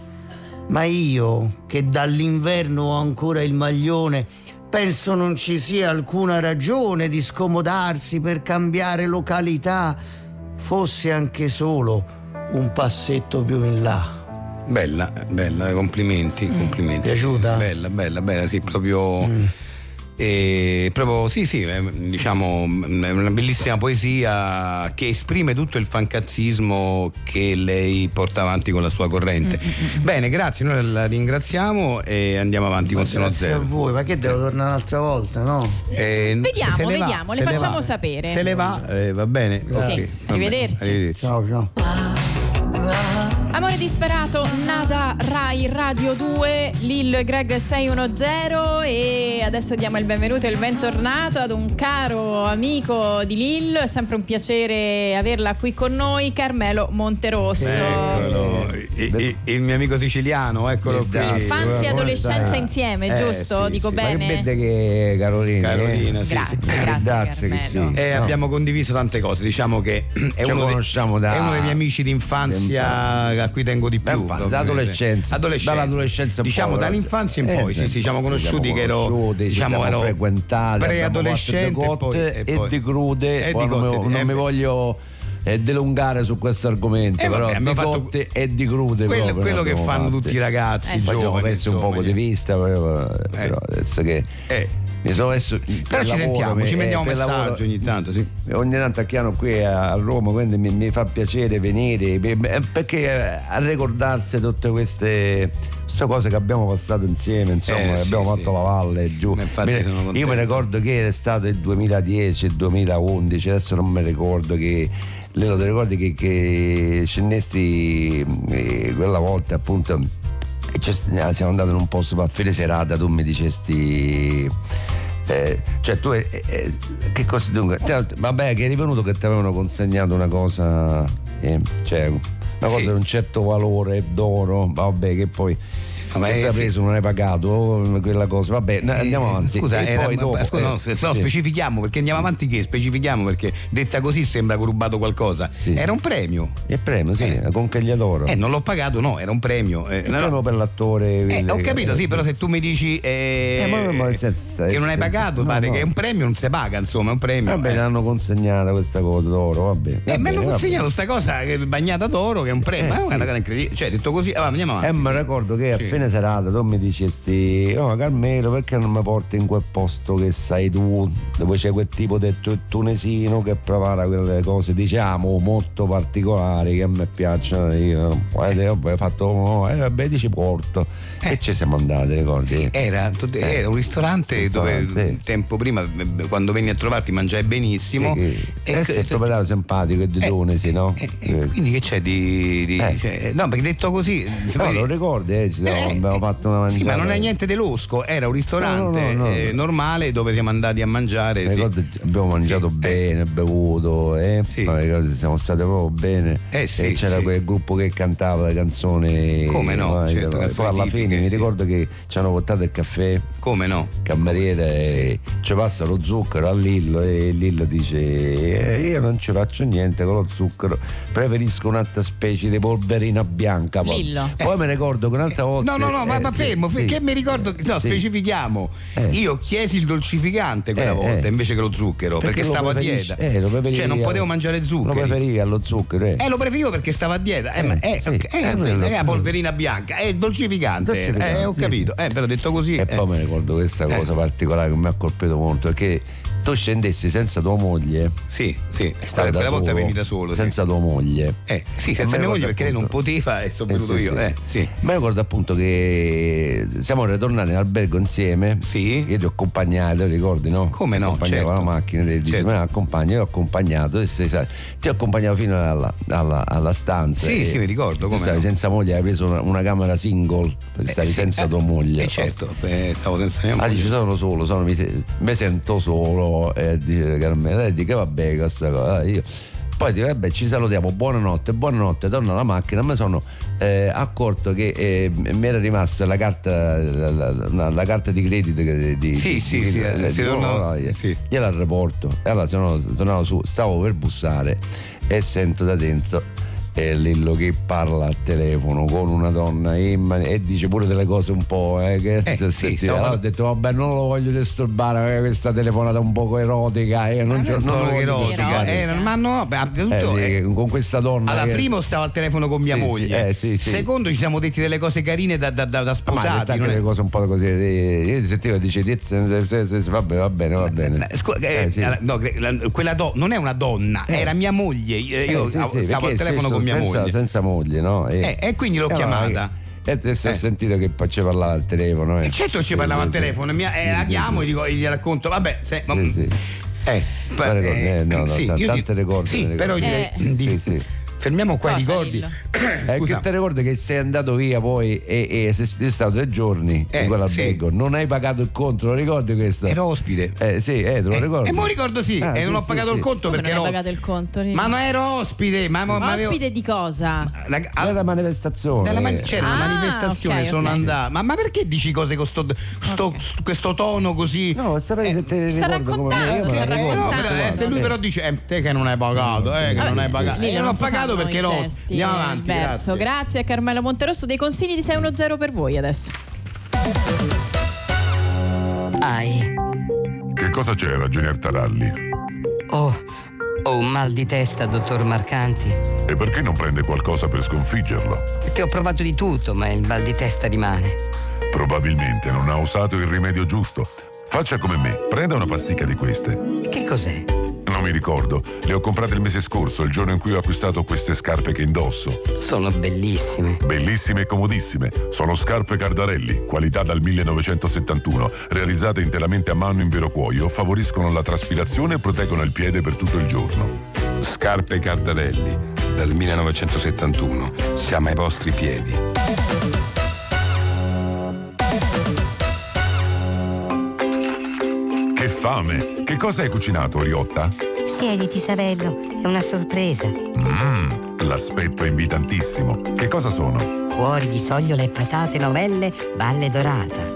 Speaker 7: Ma io, che dall'inverno ho ancora il maglione, penso non ci sia alcuna ragione di scomodarsi per cambiare località, fosse anche solo un passetto più in là.
Speaker 4: Bella, bella, complimenti,
Speaker 3: Mm.
Speaker 4: complimenti.
Speaker 7: Piaciuta?
Speaker 4: Bella, bella, bella, sì, proprio. eh, proprio sì, sì, eh, diciamo mm, è una bellissima poesia che esprime tutto il fancazzismo che lei porta avanti con la sua corrente.
Speaker 3: Mm,
Speaker 4: Eh, Bene, grazie, noi la ringraziamo e andiamo avanti con Seno
Speaker 7: Grazie a
Speaker 4: Zero.
Speaker 7: voi, ma che devo
Speaker 6: Eh.
Speaker 7: tornare un'altra volta, no?
Speaker 4: Eh,
Speaker 3: Vediamo,
Speaker 4: se va,
Speaker 3: vediamo, le
Speaker 4: se
Speaker 3: facciamo
Speaker 4: va.
Speaker 3: sapere.
Speaker 4: Se le va, eh, va bene.
Speaker 3: Sì,
Speaker 4: ok, va bene,
Speaker 3: arrivederci.
Speaker 4: arrivederci.
Speaker 7: Ciao, ciao.
Speaker 3: Amore disperato, Nada Rai Radio 2, Lillo e Greg 610 e adesso diamo il benvenuto e il bentornato ad un caro amico di Lillo, è sempre un piacere averla qui con noi, Carmelo Monterosso.
Speaker 4: Eccolo, i- i- il mio amico siciliano, eccolo qui.
Speaker 5: Dai,
Speaker 3: Infanzia e
Speaker 5: Come
Speaker 3: adolescenza
Speaker 5: stai?
Speaker 3: insieme,
Speaker 4: Eh,
Speaker 3: giusto?
Speaker 4: sì,
Speaker 3: Dico
Speaker 4: sì.
Speaker 5: Ma che
Speaker 3: bene?
Speaker 5: belle che è Carolina.
Speaker 4: Carolina,
Speaker 5: eh?
Speaker 4: sì,
Speaker 3: grazie,
Speaker 4: sì.
Speaker 3: grazie
Speaker 5: Grazie che
Speaker 3: Carmelo.
Speaker 5: sì.
Speaker 4: Eh,
Speaker 5: No.
Speaker 4: Abbiamo condiviso tante cose, diciamo che è
Speaker 5: Ci
Speaker 4: uno, dei-
Speaker 5: conosciamo da-
Speaker 4: è uno dei miei amici d'infanzia a cui tengo di più.
Speaker 5: D'infanzia,
Speaker 4: proprio.
Speaker 5: adolescenza.
Speaker 4: Adolescenza.
Speaker 5: Dall'adolescenza in poi,
Speaker 4: Diciamo
Speaker 5: però.
Speaker 4: dall'infanzia in
Speaker 5: Eh,
Speaker 4: poi, sì,
Speaker 5: sì.
Speaker 4: sì, ci siamo
Speaker 5: Ci
Speaker 4: conosciuti
Speaker 5: siamo
Speaker 4: che ero diciamo
Speaker 5: conosciuti, ci siamo
Speaker 4: ero
Speaker 5: frequentati,
Speaker 4: preadolescente
Speaker 5: abbiamo fatto due
Speaker 4: e
Speaker 5: cotte
Speaker 4: poi-
Speaker 5: e di crude.
Speaker 4: e
Speaker 5: Ora
Speaker 4: di
Speaker 5: non,
Speaker 4: cotte,
Speaker 5: mi, non
Speaker 4: eh,
Speaker 5: mi
Speaker 4: beh.
Speaker 5: voglio eh, delungare su questo argomento,
Speaker 4: Eh, vabbè,
Speaker 5: però
Speaker 4: abbiamo
Speaker 5: di
Speaker 4: fatto-
Speaker 5: cotte e di crude.
Speaker 4: Quello,
Speaker 5: proprio,
Speaker 4: quello
Speaker 5: ne
Speaker 4: che
Speaker 5: abbiamo Eh,
Speaker 4: fanno
Speaker 5: fatte.
Speaker 4: tutti i ragazzi
Speaker 5: Poi siamo
Speaker 4: giovani.
Speaker 5: persi un
Speaker 4: insomma,
Speaker 5: poco di
Speaker 4: gli-
Speaker 5: vista, però, però adesso che
Speaker 4: Eh.
Speaker 5: mi sono messo.
Speaker 4: Però
Speaker 5: per
Speaker 4: ci
Speaker 5: lavoro,
Speaker 4: sentiamo, ci
Speaker 5: eh,
Speaker 4: mandiamo un
Speaker 5: per
Speaker 4: messaggio
Speaker 5: lavoro-
Speaker 4: ogni tanto, sì.
Speaker 5: Ogni tanto a Chiano qui a a Roma, quindi mi, mi fa piacere venire pe- pe- perché eh, a ricordarsi tutte queste, queste cose che abbiamo passato insieme, insomma,
Speaker 4: Eh,
Speaker 5: che
Speaker 4: sì,
Speaker 5: abbiamo
Speaker 4: sì.
Speaker 5: fatto la valle giù.
Speaker 4: Ma infatti
Speaker 5: Mi-
Speaker 4: sono
Speaker 5: io
Speaker 4: contento.
Speaker 5: mi ricordo che era stato il 2010, il 2011, adesso non mi ricordo che. Lei lo ti ricordi che, che Cennesti eh, quella volta appunto e c'è- siamo andati in un posto per fine serata tu mi dicesti eh, cioè tu eh, eh, che cosa dunque te- vabbè che eri venuto che ti avevano consegnato una cosa eh, cioè una cosa
Speaker 4: Sì.
Speaker 5: di un certo valore d'oro vabbè che poi
Speaker 4: Ma
Speaker 5: che
Speaker 4: eh,
Speaker 5: ti ha
Speaker 4: sì.
Speaker 5: preso non hai pagato oh, quella cosa vabbè no, andiamo avanti
Speaker 4: Eh, Scusa,
Speaker 5: e
Speaker 4: era-
Speaker 5: poi
Speaker 4: ma-
Speaker 5: dopo
Speaker 4: scusa, no,
Speaker 5: eh,
Speaker 4: se- se no,
Speaker 5: sì.
Speaker 4: specifichiamo perché andiamo avanti che specifichiamo perché detta così sembra che ho rubato qualcosa.
Speaker 5: Sì.
Speaker 4: Era un premio.
Speaker 5: il premio sì
Speaker 4: Eh.
Speaker 5: la conchiglia d'oro
Speaker 4: Eh,
Speaker 5: il
Speaker 4: non l'ho pagato, no, era un premio. Eh, no, no.
Speaker 5: premio per l'attore
Speaker 4: Eh,
Speaker 5: quello
Speaker 4: ho
Speaker 5: che-
Speaker 4: capito, sì, però se tu mi dici eh,
Speaker 5: Eh, ma- ma- senza-
Speaker 4: che non hai
Speaker 5: senza-
Speaker 4: pagato,
Speaker 5: no,
Speaker 4: pare
Speaker 5: no.
Speaker 4: che è un premio, non si paga, insomma, è un premio.
Speaker 5: vabbè
Speaker 4: eh.
Speaker 5: l'hanno consegnata questa cosa d'oro vabbè
Speaker 4: Eh,
Speaker 5: Va
Speaker 4: mi hanno
Speaker 5: bene, va bene.
Speaker 4: consegnato sta cosa che è bagnata d'oro, che è un premio,
Speaker 5: Eh,
Speaker 4: ma è una
Speaker 5: sì.
Speaker 4: cosa incredibile. Cioè, detto così, ah, va, andiamo
Speaker 5: Eh,
Speaker 4: avanti.
Speaker 5: mi ricordo che a
Speaker 4: Sì.
Speaker 5: fine fine serata tu mi dici sti, oh Carmelo perché non mi porti in quel posto che sai tu, dove c'è quel tipo di tu- tunesino che prepara quelle cose diciamo molto particolari che a me piacciono, io eh, te- vabbè, ho fatto, oh, eh, vabbè dici porto e ci siamo andati ricordi?
Speaker 4: Eh. Era, tu-
Speaker 5: Eh.
Speaker 4: era un ristorante, dove
Speaker 5: Ristorante,
Speaker 4: un tempo prima, eh, quando venni a trovarti, mangiai benissimo.
Speaker 5: Sì, che-
Speaker 4: E-
Speaker 5: adesso è il Eh, proprietario simpatico è di Tunisi, no?
Speaker 4: e- e eh, quindi che c'è di. di-
Speaker 5: Eh.
Speaker 4: cioè, no, perché detto così. se
Speaker 5: No,
Speaker 4: poi-
Speaker 5: lo ricordi, eh, ci siamo-
Speaker 4: Eh,
Speaker 5: abbiamo fatto una mangiata.
Speaker 4: Sì, ma non è niente di losco, era un ristorante
Speaker 5: No, no, no, no.
Speaker 4: eh, normale dove siamo andati a mangiare.
Speaker 5: Mi
Speaker 4: sì.
Speaker 5: ricordo che abbiamo mangiato
Speaker 4: Sì, eh.
Speaker 5: bene, bevuto, eh?
Speaker 4: Sì.
Speaker 5: ma mi ricordo che siamo stati proprio bene.
Speaker 4: Eh, sì,
Speaker 5: e c'era
Speaker 4: sì.
Speaker 5: quel gruppo che cantava le canzoni.
Speaker 4: Come no,
Speaker 5: eh,
Speaker 4: certo,
Speaker 5: poi
Speaker 4: canzoni
Speaker 5: alla
Speaker 4: tipiche,
Speaker 5: fine mi
Speaker 4: sì.
Speaker 5: ricordo che ci hanno portato il caffè, il
Speaker 4: Come no?
Speaker 5: cameriere, e ci passa lo zucchero a Lillo e Lillo dice: eh, Io non ci faccio niente con lo zucchero, preferisco un'altra specie di polverina bianca. Poi,
Speaker 3: Lillo.
Speaker 5: Poi mi ricordo che un'altra volta.
Speaker 4: No, no, no, ma,
Speaker 5: eh,
Speaker 4: ma
Speaker 5: sì,
Speaker 4: fermo,
Speaker 5: sì.
Speaker 4: perché mi ricordo. No,
Speaker 5: Sì.
Speaker 4: specifichiamo.
Speaker 5: Eh.
Speaker 4: Io chiesi il dolcificante quella
Speaker 5: Eh,
Speaker 4: volta
Speaker 5: eh.
Speaker 4: invece che lo zucchero, perché,
Speaker 5: lo
Speaker 4: stavo a
Speaker 5: preferivi-
Speaker 4: dieta.
Speaker 5: eh, lo preferivi
Speaker 4: cioè, non
Speaker 5: al-
Speaker 4: potevo mangiare
Speaker 5: Lo
Speaker 4: zuccheri.
Speaker 5: preferivi allo zucchero, eh.
Speaker 4: Eh, lo preferivo perché stavo a dieta. Eh, ma
Speaker 5: Eh,
Speaker 4: eh,
Speaker 5: sì,
Speaker 4: ok, eh,
Speaker 5: eh,
Speaker 4: eh,
Speaker 5: quello-
Speaker 4: è la polverina bianca, è il dolcificante.
Speaker 5: Dolcificante,
Speaker 4: Eh, ho
Speaker 5: sì.
Speaker 4: capito. Eh, però detto così.
Speaker 5: E
Speaker 4: eh.
Speaker 5: poi mi ricordo questa cosa particolare che mi ha colpito molto, perché tu scendessi senza tua moglie.
Speaker 4: Sì, sì.
Speaker 5: stavi
Speaker 4: Quella
Speaker 5: da
Speaker 4: volta
Speaker 5: solo,
Speaker 4: veni da solo. sì.
Speaker 5: Senza tua moglie.
Speaker 4: Eh, sì,
Speaker 5: E mi
Speaker 4: senza mia
Speaker 5: ricordo
Speaker 4: moglie perché lei non
Speaker 5: appunto-
Speaker 4: poteva e sono
Speaker 5: Eh,
Speaker 4: venuto
Speaker 5: sì,
Speaker 4: io.
Speaker 5: sì.
Speaker 4: Eh, sì.
Speaker 5: Mi ricordo appunto che siamo ritornati in albergo insieme.
Speaker 4: Sì.
Speaker 5: Io ti ho accompagnato, ricordi, no?
Speaker 4: Come no,
Speaker 5: Ti accompagnavo
Speaker 4: certo.
Speaker 5: la macchina, te dici,
Speaker 4: Certo.
Speaker 5: me la accompagni, io ho accompagnato, e sei stato- ti ho accompagnato fino alla, alla- alla stanza.
Speaker 4: Sì,
Speaker 5: E
Speaker 4: sì, mi ricordo,
Speaker 5: Tu
Speaker 4: come
Speaker 5: stavi
Speaker 4: no.
Speaker 5: senza moglie, hai preso una, una camera single, perché stavi
Speaker 4: sì,
Speaker 5: senza
Speaker 4: eh,
Speaker 5: tua moglie.
Speaker 4: Eh, certo, eh, stavo senza mia
Speaker 5: Ah,
Speaker 4: moglie.
Speaker 5: dici sono solo, sono- mi, mi sento solo, eh, dice Carmela, e dice vabbè questa cosa, ah, io. Poi dico, vabbè, ci salutiamo, buonanotte, buonanotte, torno alla macchina, mi sono eh, accorto che eh, mi era rimasta la carta, la, la- la- la carta di credito che- di,
Speaker 4: Sì,
Speaker 5: di-
Speaker 4: sì,
Speaker 5: di-
Speaker 4: sì,
Speaker 5: di-
Speaker 4: eh,
Speaker 5: di-
Speaker 4: si
Speaker 5: no,
Speaker 4: torna-
Speaker 5: no, io-
Speaker 4: sì.
Speaker 5: io all'aeroporto, e allora sono tornato su, stavo per bussare e sento da dentro eh, Lillo che parla al telefono con una donna e, man- e dice pure delle cose un po' eh, che
Speaker 4: Eh, sì,
Speaker 5: sentite.
Speaker 4: stavo-
Speaker 5: Allora ho detto vabbè non lo voglio disturbare eh, questa telefonata un poco erotica eh, non,
Speaker 4: Non
Speaker 5: non lo
Speaker 4: solo
Speaker 5: voglio
Speaker 4: erotica,
Speaker 5: disturbare.
Speaker 4: eh, ma no, beh,
Speaker 5: Eh,
Speaker 4: innanzitutto,
Speaker 5: sì,
Speaker 4: eh,
Speaker 5: con questa donna
Speaker 4: Allora,
Speaker 5: che-
Speaker 4: primo stavo al telefono con mia
Speaker 5: Sì, sì,
Speaker 4: moglie.
Speaker 5: eh, sì, sì.
Speaker 4: Secondo, ci siamo detti delle cose carine da, da, da, da
Speaker 5: ma ha detto
Speaker 4: sposati.
Speaker 5: anche
Speaker 4: non è-
Speaker 5: delle cose un po' così eh, io sentivo dice "Tiz, eh, eh, va bene va bene va bene
Speaker 4: Eh, scu- eh,
Speaker 5: Eh, sì.
Speaker 4: allora, no, che- la- quella do- non è una donna,
Speaker 5: Eh.
Speaker 4: era mia moglie. eh, Io
Speaker 5: Eh, sì,
Speaker 4: ah,
Speaker 5: sì, perché
Speaker 4: stavo al telefono
Speaker 5: se
Speaker 4: con mia
Speaker 5: senza,
Speaker 4: moglie.
Speaker 5: senza moglie no?
Speaker 4: Eh, e quindi l'ho
Speaker 5: allora,
Speaker 4: chiamata.
Speaker 5: e adesso
Speaker 4: Eh.
Speaker 5: ho sentito che poi ci parlava al telefono eh.
Speaker 4: E certo ci
Speaker 5: Sì,
Speaker 4: parlava
Speaker 5: sì,
Speaker 4: al
Speaker 5: sì.
Speaker 4: telefono, mia- eh, la
Speaker 5: Sì, sì,
Speaker 4: chiamo
Speaker 5: sì.
Speaker 4: e dico- e gli racconto. Vabbè, se- ma-
Speaker 5: Sì, sì.
Speaker 4: Eh,
Speaker 5: Ma
Speaker 4: pa-
Speaker 5: ricordi, eh, no, no,
Speaker 4: sì,
Speaker 5: ta-
Speaker 4: io
Speaker 5: tante ricordi,
Speaker 4: Sì,
Speaker 5: ricordi.
Speaker 4: però direi
Speaker 5: Eh.
Speaker 4: di-
Speaker 5: Sì, sì.
Speaker 4: fermiamo qua i
Speaker 3: Cosa,
Speaker 4: ricordi.
Speaker 3: Lillo?
Speaker 5: Eh,
Speaker 4: Scusa.
Speaker 5: che ti ricordo che sei andato via poi e, e sei sei stato tre giorni
Speaker 4: Eh,
Speaker 5: in quell'albergo,
Speaker 4: sì.
Speaker 5: non hai pagato il conto, lo ricordi questo?
Speaker 4: Era ospite.
Speaker 5: Eh sì, eh, te lo
Speaker 4: Eh,
Speaker 5: ricordo.
Speaker 4: E mo ricordo sì,
Speaker 5: Ah,
Speaker 4: e
Speaker 5: sì,
Speaker 4: non ho
Speaker 5: sì,
Speaker 4: pagato
Speaker 5: sì.
Speaker 4: il conto
Speaker 3: Come non
Speaker 4: perché
Speaker 3: hai
Speaker 4: ero-
Speaker 3: pagato il conto, Lillo?
Speaker 4: Ma non ero ospite, ma, ma, ma avevo-
Speaker 3: Ospite di cosa?
Speaker 4: Rag-
Speaker 5: Era la
Speaker 4: ah,
Speaker 5: manifestazione.
Speaker 4: dalla man- c'era una
Speaker 3: Ah,
Speaker 4: manifestazione,
Speaker 3: ok,
Speaker 4: sono
Speaker 3: ok.
Speaker 4: andato. Ma, ma perché dici cose con sto, sto- sto- questo tono così?
Speaker 5: No, sapevi se te
Speaker 3: sta
Speaker 5: ricordo come
Speaker 3: raccontando,
Speaker 5: io me la
Speaker 3: sta
Speaker 5: ricordo,
Speaker 4: no,
Speaker 3: raccontando.
Speaker 5: guarda,
Speaker 4: però, eh, se
Speaker 5: guarda.
Speaker 4: lui però dice eh, te che non hai pagato, eh, che non hai pagato.
Speaker 3: Lì
Speaker 4: Io non ho
Speaker 3: si
Speaker 4: pagato
Speaker 3: fanno
Speaker 4: perché
Speaker 3: i
Speaker 4: ero
Speaker 3: gesti,
Speaker 4: ospite. Andiamo
Speaker 3: eh, il
Speaker 4: avanti.
Speaker 3: verso.
Speaker 4: grazie.
Speaker 3: Grazie a Carmelo Monterosso dei consigli di 610 per voi adesso.
Speaker 1: Ai.
Speaker 10: Che cosa c'è, ragionier Taralli?
Speaker 2: Oh, ho un mal di testa, dottor Marcanti.
Speaker 10: E perché non prende qualcosa per sconfiggerlo?
Speaker 2: Perché ho provato di tutto, ma il mal di testa rimane.
Speaker 10: Probabilmente non ha usato il rimedio giusto. Faccia come me, prenda una pasticca di queste.
Speaker 2: Che cos'è?
Speaker 10: Non mi ricordo, le ho comprate il mese scorso, il giorno in cui ho acquistato queste scarpe che indosso.
Speaker 2: Sono bellissime.
Speaker 10: Bellissime e comodissime, sono scarpe Cardarelli, qualità dal 1971, realizzate interamente a mano in vero cuoio, favoriscono la traspirazione e proteggono il piede per tutto il giorno.
Speaker 11: Scarpe Cardarelli, dal 1971. Siamo ai vostri piedi.
Speaker 10: Che fame! Che cosa hai cucinato, Riotta?
Speaker 12: Siediti, Savello, è una sorpresa.
Speaker 10: Mmm, l'aspetto è invitantissimo. Che cosa sono?
Speaker 12: Cuori di sogliola e patate novelle, Valle Dorata.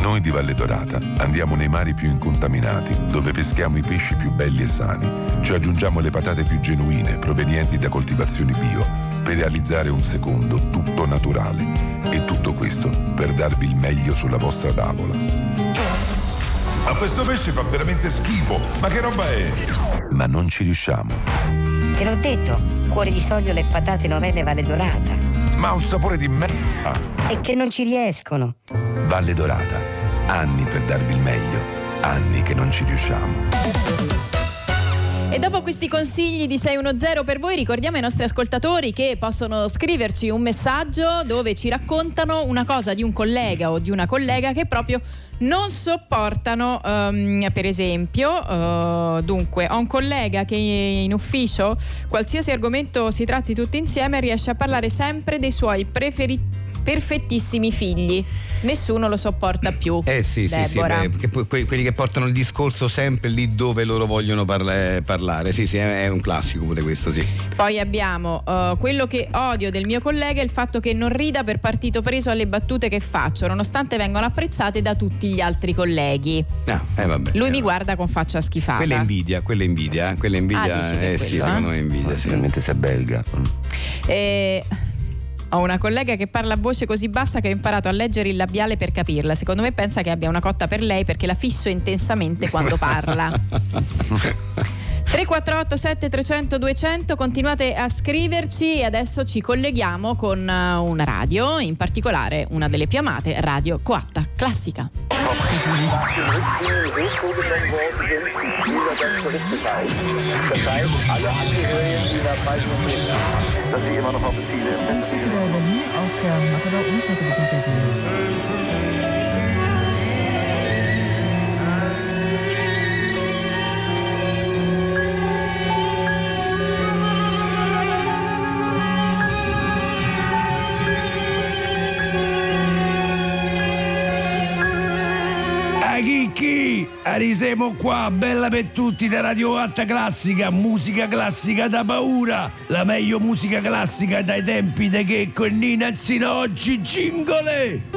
Speaker 10: Noi di Valle Dorata andiamo nei mari più incontaminati, dove peschiamo i pesci più belli e sani. Ci aggiungiamo le patate più genuine, provenienti da coltivazioni bio, per realizzare un secondo tutto naturale. E tutto questo per darvi il meglio sulla vostra tavola. Ma questo pesce fa veramente schifo! Ma che roba è? Ma non ci riusciamo.
Speaker 12: Te l'ho detto, cuori di sogliola e patate novelle, Valle Dorata.
Speaker 10: ma ha un sapore di merda.
Speaker 12: E che non ci riescono.
Speaker 10: Ah, Valle Dorata, anni per darvi il meglio, anni che non ci riusciamo.
Speaker 3: E dopo questi consigli di 610 per voi ricordiamo ai nostri ascoltatori che possono scriverci un messaggio dove ci raccontano una cosa di un collega o di una collega che proprio non sopportano, ehm, per esempio, eh, dunque, ho un collega che in ufficio, qualsiasi argomento si tratti tutti insieme, riesce a parlare sempre dei suoi preferi- perfettissimi figli. Nessuno lo sopporta più.
Speaker 4: Eh sì, sì, sì,
Speaker 3: Deborah.
Speaker 4: beh, che poi que- quelli che portano il discorso sempre lì dove loro vogliono parla- eh, parlare. Sì, sì, è, è un classico pure questo, sì.
Speaker 3: Poi abbiamo eh, quello che odio del mio collega è il fatto che non rida per partito preso alle battute che faccio, nonostante vengano apprezzate da tutti gli altri colleghi.
Speaker 4: Ah, eh, vabbè.
Speaker 3: Lui mi guarda con faccia schifata.
Speaker 4: Quella è invidia, quella è invidia, eh, quella è invidia.
Speaker 3: Ah, dici che
Speaker 4: eh
Speaker 3: è
Speaker 4: sì,
Speaker 3: quello,
Speaker 4: secondo
Speaker 3: eh?
Speaker 4: me è invidia.
Speaker 5: Finalmente sei belga.
Speaker 3: E Eh, Ho una collega che parla a voce così bassa che ho imparato a leggere il labiale per capirla. Secondo me pensa che abbia una cotta per lei perché la fisso intensamente quando parla. 348 7300 200 continuate a scriverci e adesso ci colleghiamo con eh, una radio, in particolare una delle più amate, Radio Coatta Classica.
Speaker 9: Dass sie immer noch auf Ziele
Speaker 13: auf der Matador
Speaker 14: A Ah, chicchi, arisiamo qua, bella per tutti da Radio Alta Classica, musica classica da paura, la meglio musica classica dai tempi di che con Nina Zino oggi cingole!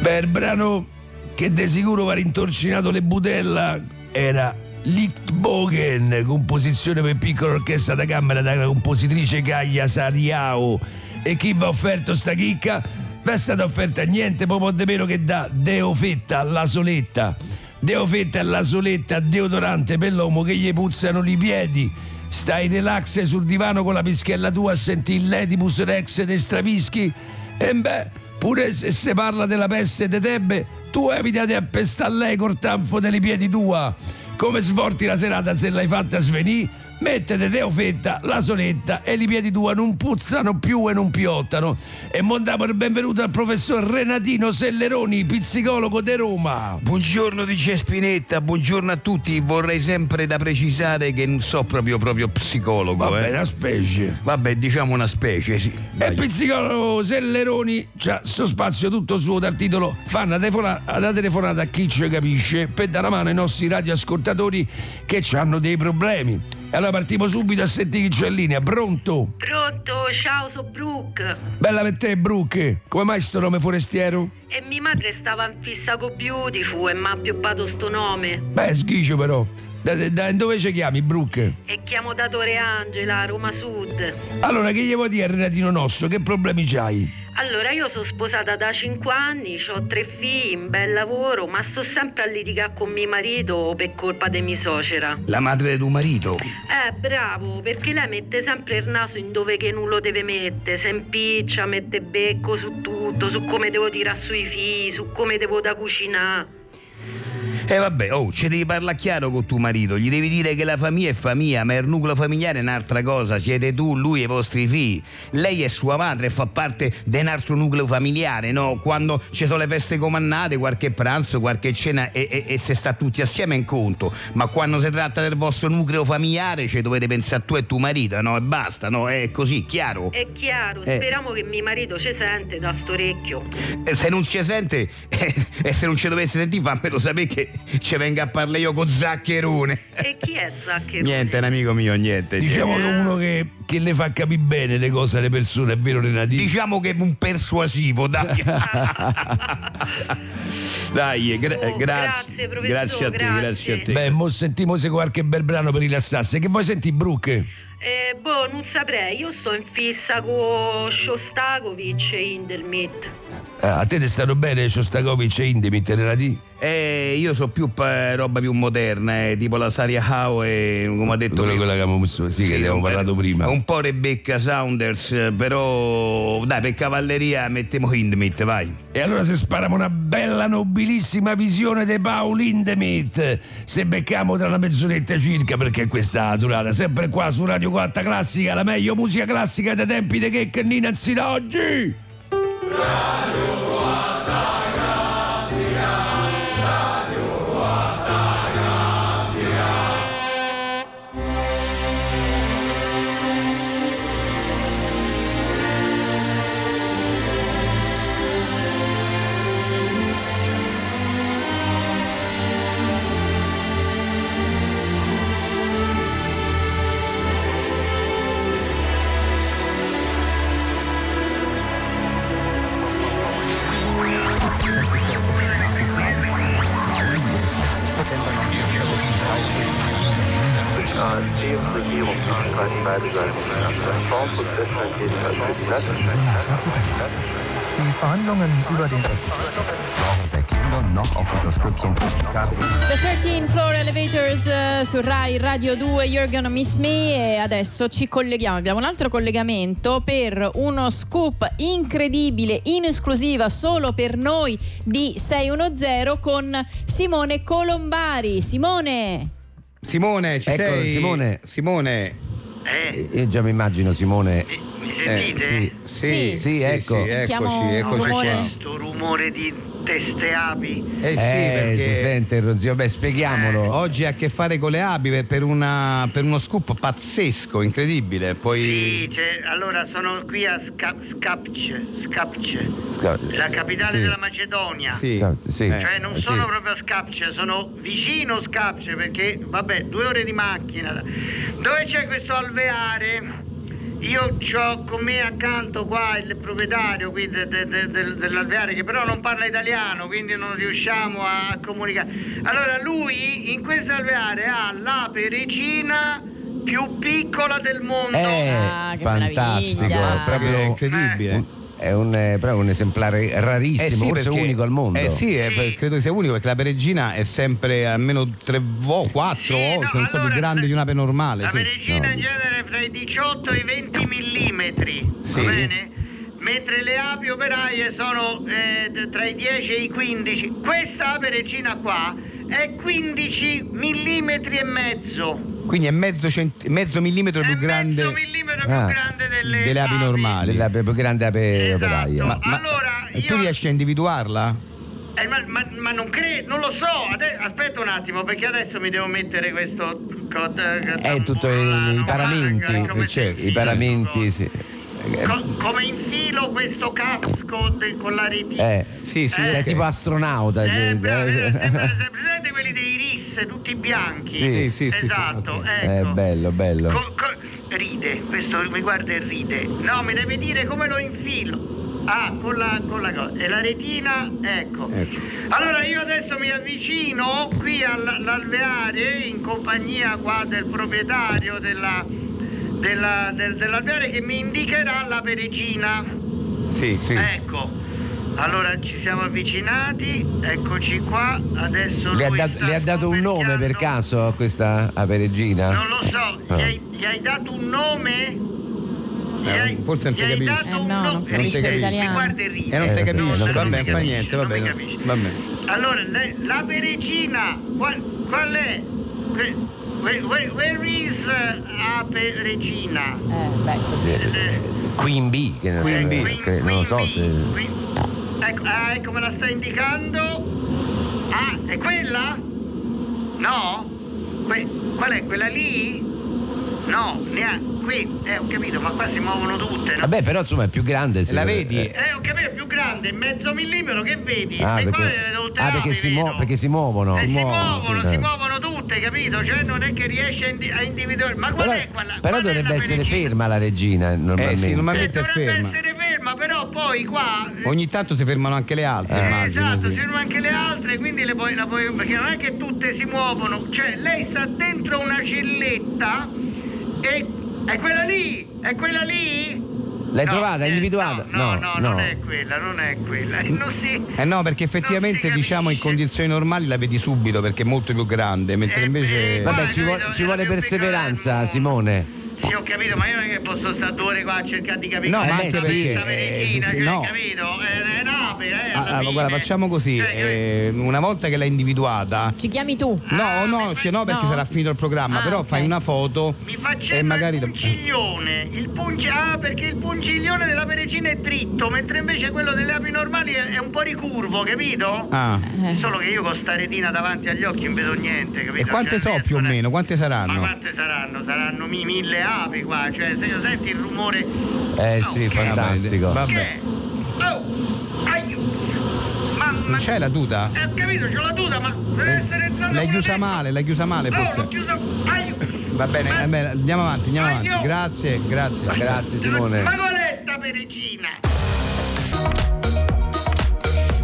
Speaker 14: Beh, il brano che di sicuro va rintorcinato le butella era Lichtbogen, composizione per piccola orchestra da camera dalla compositrice Gaia Sariao. E chi va offerto sta chicca? Va stata offerta niente proprio di meno che da Deofetta alla soletta. Deofetta alla soletta, deodorante per l'uomo che gli puzzano i piedi. Stai relax sul divano con la pischella tua a sentire l'Edipus Rex dei Stravischi? E beh, pure se si parla della peste de Tebbe, tu evita di appestare lei col tanfo delle piedi tua. Come svolti la serata se l'hai fatta svenì? Mettete Teofetta, la soletta e i piedi tua non puzzano più e non piottano. E mondiamo il benvenuto al professor Renatino Selleroni, psicologo de Roma.
Speaker 15: Buongiorno dice Spinetta, buongiorno a tutti. Vorrei sempre da precisare che non so proprio proprio psicologo.
Speaker 14: Vabbè,
Speaker 15: eh.
Speaker 14: una specie.
Speaker 15: Vabbè, diciamo una specie, sì.
Speaker 14: E Pizzicolo Selleroni c'ha sto spazio tutto suo dal titolo Fa una, telefona- una telefonata a chi ci capisce per dare la mano ai nostri radioascoltatori che hanno dei problemi. E allora partiamo subito a sentire chi c'è in linea. Pronto?
Speaker 8: Pronto, ciao, sono Brooke.
Speaker 14: Bella per te, Brooke. Come mai sto nome forestiero?
Speaker 8: E mia madre stava in fissa con Beautiful e mi ha pioppato sto nome.
Speaker 14: Beh, schicio però. Da, da- da- dove ci chiami, Brooke?
Speaker 8: E chiamo Datore Angela, a Roma Sud.
Speaker 14: Allora, che gli vuoi dire al renatino nostro? Che problemi c'hai?
Speaker 8: Allora, io sono sposata da 5 anni, ho tre figli, un bel lavoro, ma sto sempre a litigare con mio marito per colpa di mia suocera.
Speaker 15: La madre di tuo marito.
Speaker 8: Eh, bravo, perché lei mette sempre il naso in dove che non lo deve mettere, se impiccia, mette becco su tutto, su come devo tirare sui figli, su come devo da cucinare.
Speaker 15: E vabbè, oh, ci devi parlare chiaro con tuo marito, gli devi dire che la famiglia è famiglia, ma il nucleo familiare è un'altra cosa, siete tu, lui e i vostri figli. Lei è sua madre e fa parte di un altro nucleo familiare, no? Quando ci sono le feste comandate, qualche pranzo, qualche cena e, e- e se sta tutti assieme è in conto, ma quando si tratta del vostro nucleo familiare ci dovete pensare tu e tuo marito, no? E basta, no? È così, chiaro?
Speaker 8: È chiaro,
Speaker 15: Eh.
Speaker 8: speriamo che mio marito ci sente da storecchio.
Speaker 15: E se non ci sente eh, e se non ci dovesse sentire fammelo sapere che ci venga a parlare io con Zaccherone.
Speaker 8: E chi è Zaccherone?
Speaker 15: Niente, un amico mio, niente.
Speaker 14: Diciamo che
Speaker 15: niente.
Speaker 14: uno che, che le fa capire bene le cose alle persone, è vero Renatino?
Speaker 15: Diciamo che è un persuasivo, dai. dai, gra- eh,
Speaker 8: Oh, grazie,
Speaker 15: grazie.
Speaker 8: professor,
Speaker 15: Grazie a te, grazie a te.
Speaker 14: Beh, mo sentimo se qualche bel brano per rilassarsi. Che vuoi sentire, Brooke?
Speaker 8: Eh, boh, non saprei, io sto in fissa con Shostakovic e Indermit.
Speaker 14: Ah, a te ti stanno bene Shostakovic e Indemit relati?
Speaker 15: Eh, io so più pa- roba più moderna, eh, tipo la Saria How e come ha detto
Speaker 14: Quella-
Speaker 15: prima.
Speaker 14: quella che abbiamo messo- sì, che abbiamo
Speaker 15: un-
Speaker 14: parlato prima.
Speaker 15: Un po' Rebecca Saunders, eh, però dai, per cavalleria mettiamo Hindmit, vai.
Speaker 14: E allora se spariamo una bella nobilissima visione di Paul Indemit, se becchiamo tra una mezz'oretta circa, perché questa è la durata, sempre qua su Radio 4 Classica, la meglio musica classica dei tempi di Checca e Nina Zina oggi!
Speaker 16: Die Verhandlungen über den der Kinder noch auf Unterstützung.
Speaker 3: The 13 Floor Elevators eh, su Rai Radio 2 You're Gonna Miss Me e adesso ci colleghiamo, abbiamo un altro collegamento per uno scoop incredibile in esclusiva solo per noi di 610 con Simone Colombari. Simone!
Speaker 4: Simone, ci
Speaker 5: Ecco,
Speaker 4: sei?
Speaker 5: Simone.
Speaker 4: Simone.
Speaker 5: Io già mi immagino Simone.
Speaker 6: Mi
Speaker 5: sentite? sì, sì,
Speaker 6: Sì,
Speaker 5: ecco.
Speaker 6: sì,
Speaker 4: eccoci, eccoci qua.
Speaker 6: Questo rumore di teste api.
Speaker 4: Eh sì, perché
Speaker 5: si sente il ronzio. Beh,
Speaker 15: Eh,
Speaker 5: spieghiamolo.
Speaker 4: Oggi ha a che fare con le api per- per, una- per uno scoop pazzesco, incredibile. Poi.
Speaker 6: Sì, c'è- allora sono qui a Ska- Skopje, Skopje,
Speaker 4: Ska-
Speaker 6: la capitale
Speaker 4: sì.
Speaker 6: della Macedonia.
Speaker 4: Sì.
Speaker 5: Skopje, sì.
Speaker 6: Cioè non
Speaker 5: Eh,
Speaker 6: sono
Speaker 5: sì.
Speaker 6: proprio a Skopje, sono vicino a Skopje perché vabbè, due ore di macchina. Dove c'è questo alveare? Io ho con me accanto qua il proprietario qui de- de- de- del- dell'alveare che però non parla italiano, quindi non riusciamo a comunicare. Allora lui in questo alveare ha l'ape regina più piccola del mondo.
Speaker 5: Eh, fantastico,
Speaker 6: Ah, meraviglia.
Speaker 5: proprio
Speaker 4: È incredibile.
Speaker 5: Un- È un, eh, proprio un esemplare rarissimo,
Speaker 4: Eh sì,
Speaker 5: forse
Speaker 4: perché-
Speaker 5: unico al mondo.
Speaker 4: Eh sì, eh, per- credo che sia unico perché la peregina è sempre almeno tre vo- quattro volte, non so, più grande di un'ape normale.
Speaker 6: La
Speaker 4: sì.
Speaker 6: peregina in genere fra i 18 e i 20 millimetri,
Speaker 4: Sì.
Speaker 6: va bene? Mentre le api operaie sono eh, d- tra i 10 e i 15. Questa ape regina qua è 15 millimetri e mezzo.
Speaker 4: Quindi è mezzo, cent- mezzo millimetro più grande. Mezzo
Speaker 6: millimetro
Speaker 4: più
Speaker 6: grande delle,
Speaker 4: Ah,
Speaker 6: Esatto.
Speaker 4: api normali.
Speaker 5: La Ah. più grande ape operaia.
Speaker 4: Ma, ma- e tu riesci a individuarla?
Speaker 6: Eh, ma, ma- ma non credo, non lo so. Ade- aspetta un attimo, perché adesso mi devo mettere questo. co- eh,
Speaker 5: È tutto i paramenti,
Speaker 6: come
Speaker 5: certo, i paramenti, sì.
Speaker 6: co- come infilo questo casco de- con la retina.
Speaker 5: Eh,
Speaker 4: sì,
Speaker 5: sì,
Speaker 6: Eh,
Speaker 5: sei
Speaker 6: ok.
Speaker 5: tipo astronauta.
Speaker 6: Eh,
Speaker 5: eh.
Speaker 6: bravo, eh, sembra- se- presente quelli dei RIS, tutti bianchi.
Speaker 5: Sì, sì, sì, sì, sì,
Speaker 6: Esatto,
Speaker 5: ok.
Speaker 6: ecco.
Speaker 5: Eh, bello, bello.
Speaker 6: Co- co- ride, questo mi guarda e ride. No, mi deve dire come lo infilo. Ah, con la, con la cosa. E la retina, ecco. Allora io adesso mi avvicino qui all- all'alveare in compagnia qua del proprietario della- della- del- dell'alveare che mi indicherà la peregina.
Speaker 4: Sì,
Speaker 6: Ecco, allora ci siamo avvicinati, eccoci qua, adesso
Speaker 5: Le ha,
Speaker 6: lui
Speaker 5: dat-
Speaker 6: sta
Speaker 5: le ha dato un nome per caso a questa ape
Speaker 4: Eh.
Speaker 5: regina?
Speaker 6: Non lo so, gli
Speaker 5: Ah.
Speaker 6: hai, gli hai dato un nome? Gli hai,
Speaker 4: Eh, forse non
Speaker 6: gli
Speaker 4: ti
Speaker 6: hai
Speaker 4: capisci.
Speaker 6: dato
Speaker 4: Eh,
Speaker 6: un
Speaker 4: no, non
Speaker 6: nome?
Speaker 4: capisce
Speaker 6: Ride,
Speaker 4: l'italiano.
Speaker 6: mi guarda e ride.
Speaker 4: E non ti
Speaker 5: Eh, non
Speaker 4: capisci,
Speaker 5: ti
Speaker 4: va bene, fa
Speaker 5: capisci.
Speaker 4: niente, va bene. Va bene.
Speaker 6: Allora, le- la peregina, qual, qual è? Que- Where, where- where is eh, Ape Regina?
Speaker 3: Eh, beh, così.
Speaker 5: Queen Bee, che non,
Speaker 6: Queen
Speaker 5: so,
Speaker 6: Bee.
Speaker 5: che- non lo so se...
Speaker 6: Ecco, ah, ecco me la sta indicando. Ah, è quella? No? Que- qual è? Quella lì? No, neanche. Qui, eh, ho capito, ma qua si muovono tutte, no?
Speaker 5: Vabbè, però insomma è più grande. se- eh.
Speaker 6: Eh, ho capito, è più grande, mezzo millimetro, che vedi?
Speaker 5: Ah,
Speaker 6: e qua eh,
Speaker 5: perché,
Speaker 6: le tutte
Speaker 5: ah,
Speaker 6: api,
Speaker 5: perché si, muo-
Speaker 6: vedo.
Speaker 5: perché si muovono.
Speaker 6: Eh, si
Speaker 5: sì,
Speaker 6: muovono,
Speaker 5: eh.
Speaker 6: si muovono tutte, capito? Cioè non è che riesce a, indi- a individuare. Ma qual
Speaker 5: Però,
Speaker 6: è quella?
Speaker 5: però dovrebbe essere ferma la regina normalmente.
Speaker 4: Eh sì, normalmente è
Speaker 6: Deve
Speaker 4: ferma.
Speaker 6: essere ferma, però poi qua
Speaker 5: Ah,
Speaker 4: Ogni tanto si fermano anche le altre,
Speaker 5: Eh.
Speaker 4: immagino.
Speaker 6: Esatto,
Speaker 4: sì.
Speaker 6: si fermano anche le altre, quindi le puoi, la puoi- perché non è che tutte si muovono, cioè lei sta dentro una celletta e È quella lì! È quella lì?
Speaker 5: L'hai trovata, individuata?
Speaker 6: Esatto. No, no, non è quella, non è quella. Non si...
Speaker 4: Eh no, perché effettivamente diciamo in condizioni normali la vedi subito perché è molto più grande,
Speaker 6: Eh,
Speaker 4: mentre invece.
Speaker 5: Vabbè, ci, vuo- ci vuole perseveranza, Simone.
Speaker 6: Sì, ho capito, ma io non è che posso stare due ore qua a cercare di capire
Speaker 4: No,
Speaker 6: cosa
Speaker 4: ma
Speaker 6: è
Speaker 4: anche
Speaker 6: questa
Speaker 4: perché,
Speaker 6: Valentina,
Speaker 4: eh, sì,
Speaker 6: che-
Speaker 4: sì, no.
Speaker 6: capito? Eh, è un'ape, eh,
Speaker 4: Ah,
Speaker 6: alla
Speaker 4: ah, ma
Speaker 6: fine.
Speaker 4: guarda, facciamo così: eh, una volta che l'hai individuata.
Speaker 3: Ci chiami tu?
Speaker 4: No, no, cioè, no, perché
Speaker 6: Ah, no. Ah,
Speaker 4: sarà finito il programma, però fai una foto e magari.
Speaker 6: Pungiglione, il pungi- ah, perché il pungiglione della perecina è dritto, mentre invece quello delle api normali è, è un po' ricurvo, capito?
Speaker 4: Ah.
Speaker 6: Solo che io con sta retina davanti agli occhi non vedo niente, capito?
Speaker 4: E quante
Speaker 6: Cioè,
Speaker 4: so più o meno? Quante
Speaker 6: ma
Speaker 4: saranno?
Speaker 6: quante saranno? Saranno mi- mille api qua, cioè se io senti il rumore.
Speaker 5: Eh sì, fantastico.
Speaker 4: Vabbè.
Speaker 6: Oh! Ai!
Speaker 4: Non c'è la tuta?
Speaker 6: Eh, ho capito, c'ho la tuta, ma deve essere entrato.
Speaker 4: L'hai
Speaker 6: pure
Speaker 4: chiusa
Speaker 6: te.
Speaker 4: male, l'hai chiusa male
Speaker 6: No,
Speaker 4: forse.
Speaker 6: l'ho chiusa. Ai!
Speaker 4: Va bene, va bene, andiamo avanti, andiamo avanti. Grazie, grazie.
Speaker 5: Grazie
Speaker 6: Ma
Speaker 4: Simone.
Speaker 6: qual è sta peregina?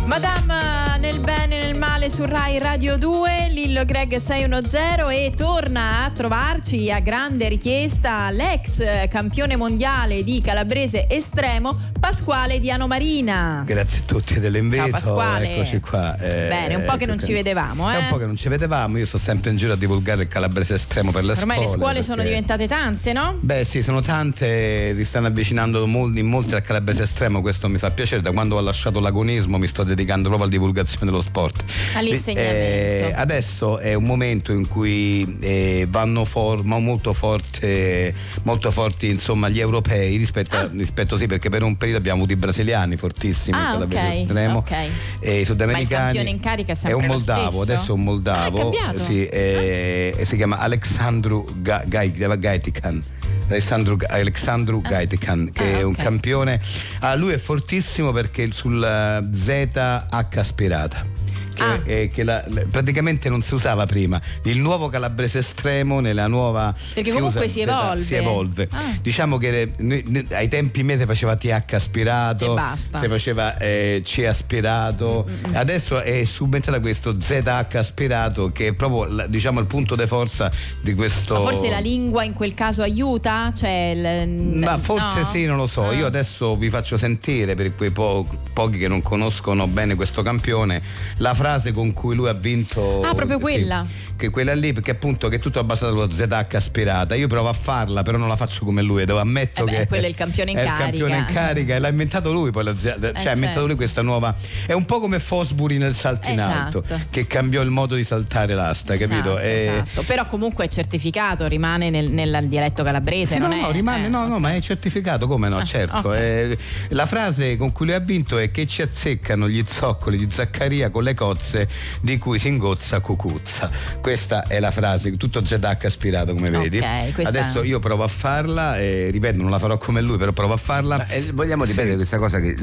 Speaker 3: Madame eh, nel bene e nel male su Rai Radio 2, Lillo Greg 610 e torna a trovarci a grande richiesta l'ex eh, campione mondiale di calabrese estremo Pasquale Diano Marina.
Speaker 4: Grazie a tutti dell'invito.
Speaker 3: Ciao, Pasquale.
Speaker 4: Eccoci qua. eh,
Speaker 3: Bene, un po' che non
Speaker 4: ecco
Speaker 3: ci vedevamo,
Speaker 4: È un po'
Speaker 3: eh.
Speaker 4: che non ci vedevamo, io sto sempre in giro a divulgare il calabrese estremo per le
Speaker 3: Ormai
Speaker 4: scuole.
Speaker 3: le scuole sono
Speaker 4: perché-
Speaker 3: diventate tante, no?
Speaker 4: Beh sì, sono tante, si stanno avvicinando mol- in molti al calabrese estremo, questo mi fa piacere, da quando ho lasciato l'agonismo mi sto dedicando proprio alla divulgazione dello sport.
Speaker 3: All'insegnamento.
Speaker 4: Eh, adesso è un momento in cui eh, vanno for- ma molto, forte- molto forti insomma, gli europei rispetto, a- rispetto sì, perché per un periodo abbiamo avuto i brasiliani fortissimi
Speaker 3: Ah,
Speaker 4: in calabrese
Speaker 3: ok,
Speaker 4: estremo
Speaker 3: ok.
Speaker 4: e i
Speaker 3: Ma il campione
Speaker 4: sudamericani.
Speaker 3: in carica è
Speaker 4: È
Speaker 3: sempre
Speaker 4: un
Speaker 3: lo
Speaker 4: moldavo,
Speaker 3: stesso?
Speaker 4: adesso è un moldavo.
Speaker 3: Ah, è cambiato?
Speaker 4: sì, eh, e si chiama Alexandru Ga- Gai- Gaitikan. Alessandro Ga- Alexandru
Speaker 3: Ah.
Speaker 4: Gaitikan, che è un campione. Ah, lui è fortissimo perché il- sulla ZH aspirata. Che,
Speaker 3: Ah.
Speaker 4: eh, che la- le- praticamente non si usava prima il nuovo calabrese estremo nella nuova
Speaker 3: Perché comunque si
Speaker 4: Z-
Speaker 3: evolve. Ah.
Speaker 4: si evolve. diciamo che noi- noi- ai tempi miei si faceva TH aspirato
Speaker 3: E basta.
Speaker 4: si faceva eh, C aspirato
Speaker 3: Mm,
Speaker 4: adesso è subentrata questo ZH aspirato che è proprio la- diciamo il punto di forza di questo
Speaker 3: Ma forse la lingua in quel caso aiuta? Cioè il-
Speaker 4: ma forse
Speaker 3: no? Ah.
Speaker 4: sì, non lo so. Io adesso vi faccio sentire, per quei po- pochi che non conoscono bene questo campione, la frase con cui lui ha vinto.
Speaker 3: Ah, proprio
Speaker 4: sì,
Speaker 3: quella?
Speaker 4: che quella lì, perché appunto che è tutto basato sullo ZH aspirata. Io provo a farla, però non la faccio come lui, devo ammetto
Speaker 3: Eh,
Speaker 4: che.
Speaker 3: quello è il campione in
Speaker 4: è il
Speaker 3: carica.
Speaker 4: campione in carica e l'ha inventato lui poi la Z- cioè ha
Speaker 3: certo.
Speaker 4: inventato lui questa nuova è un po' come Fosbury nel salto in alto
Speaker 3: Esatto.
Speaker 4: che cambiò il modo di saltare l'asta
Speaker 3: Esatto,
Speaker 4: capito? E-
Speaker 3: esatto. Però comunque è certificato, rimane nel, nel dialetto calabrese.
Speaker 4: Sì, no,
Speaker 3: non
Speaker 4: no,
Speaker 3: è, eh,
Speaker 4: rimane, no, no, ma è certificato, come no,
Speaker 3: Ah,
Speaker 4: certo.
Speaker 3: ok.
Speaker 4: Eh, la frase con cui lui ha vinto è che ci azzeccano gli zoccoli di Zaccaria con le cozze di cui si ingozza Cucuzza. Questa è la frase, tutto ZH aspirato, come vedi.
Speaker 5: Ok, questa-
Speaker 4: Adesso io provo a farla, e, ripeto, non la farò come lui, però provo a farla.
Speaker 5: eh,
Speaker 4: Eh.
Speaker 5: Vogliamo ripetere questa cosa che,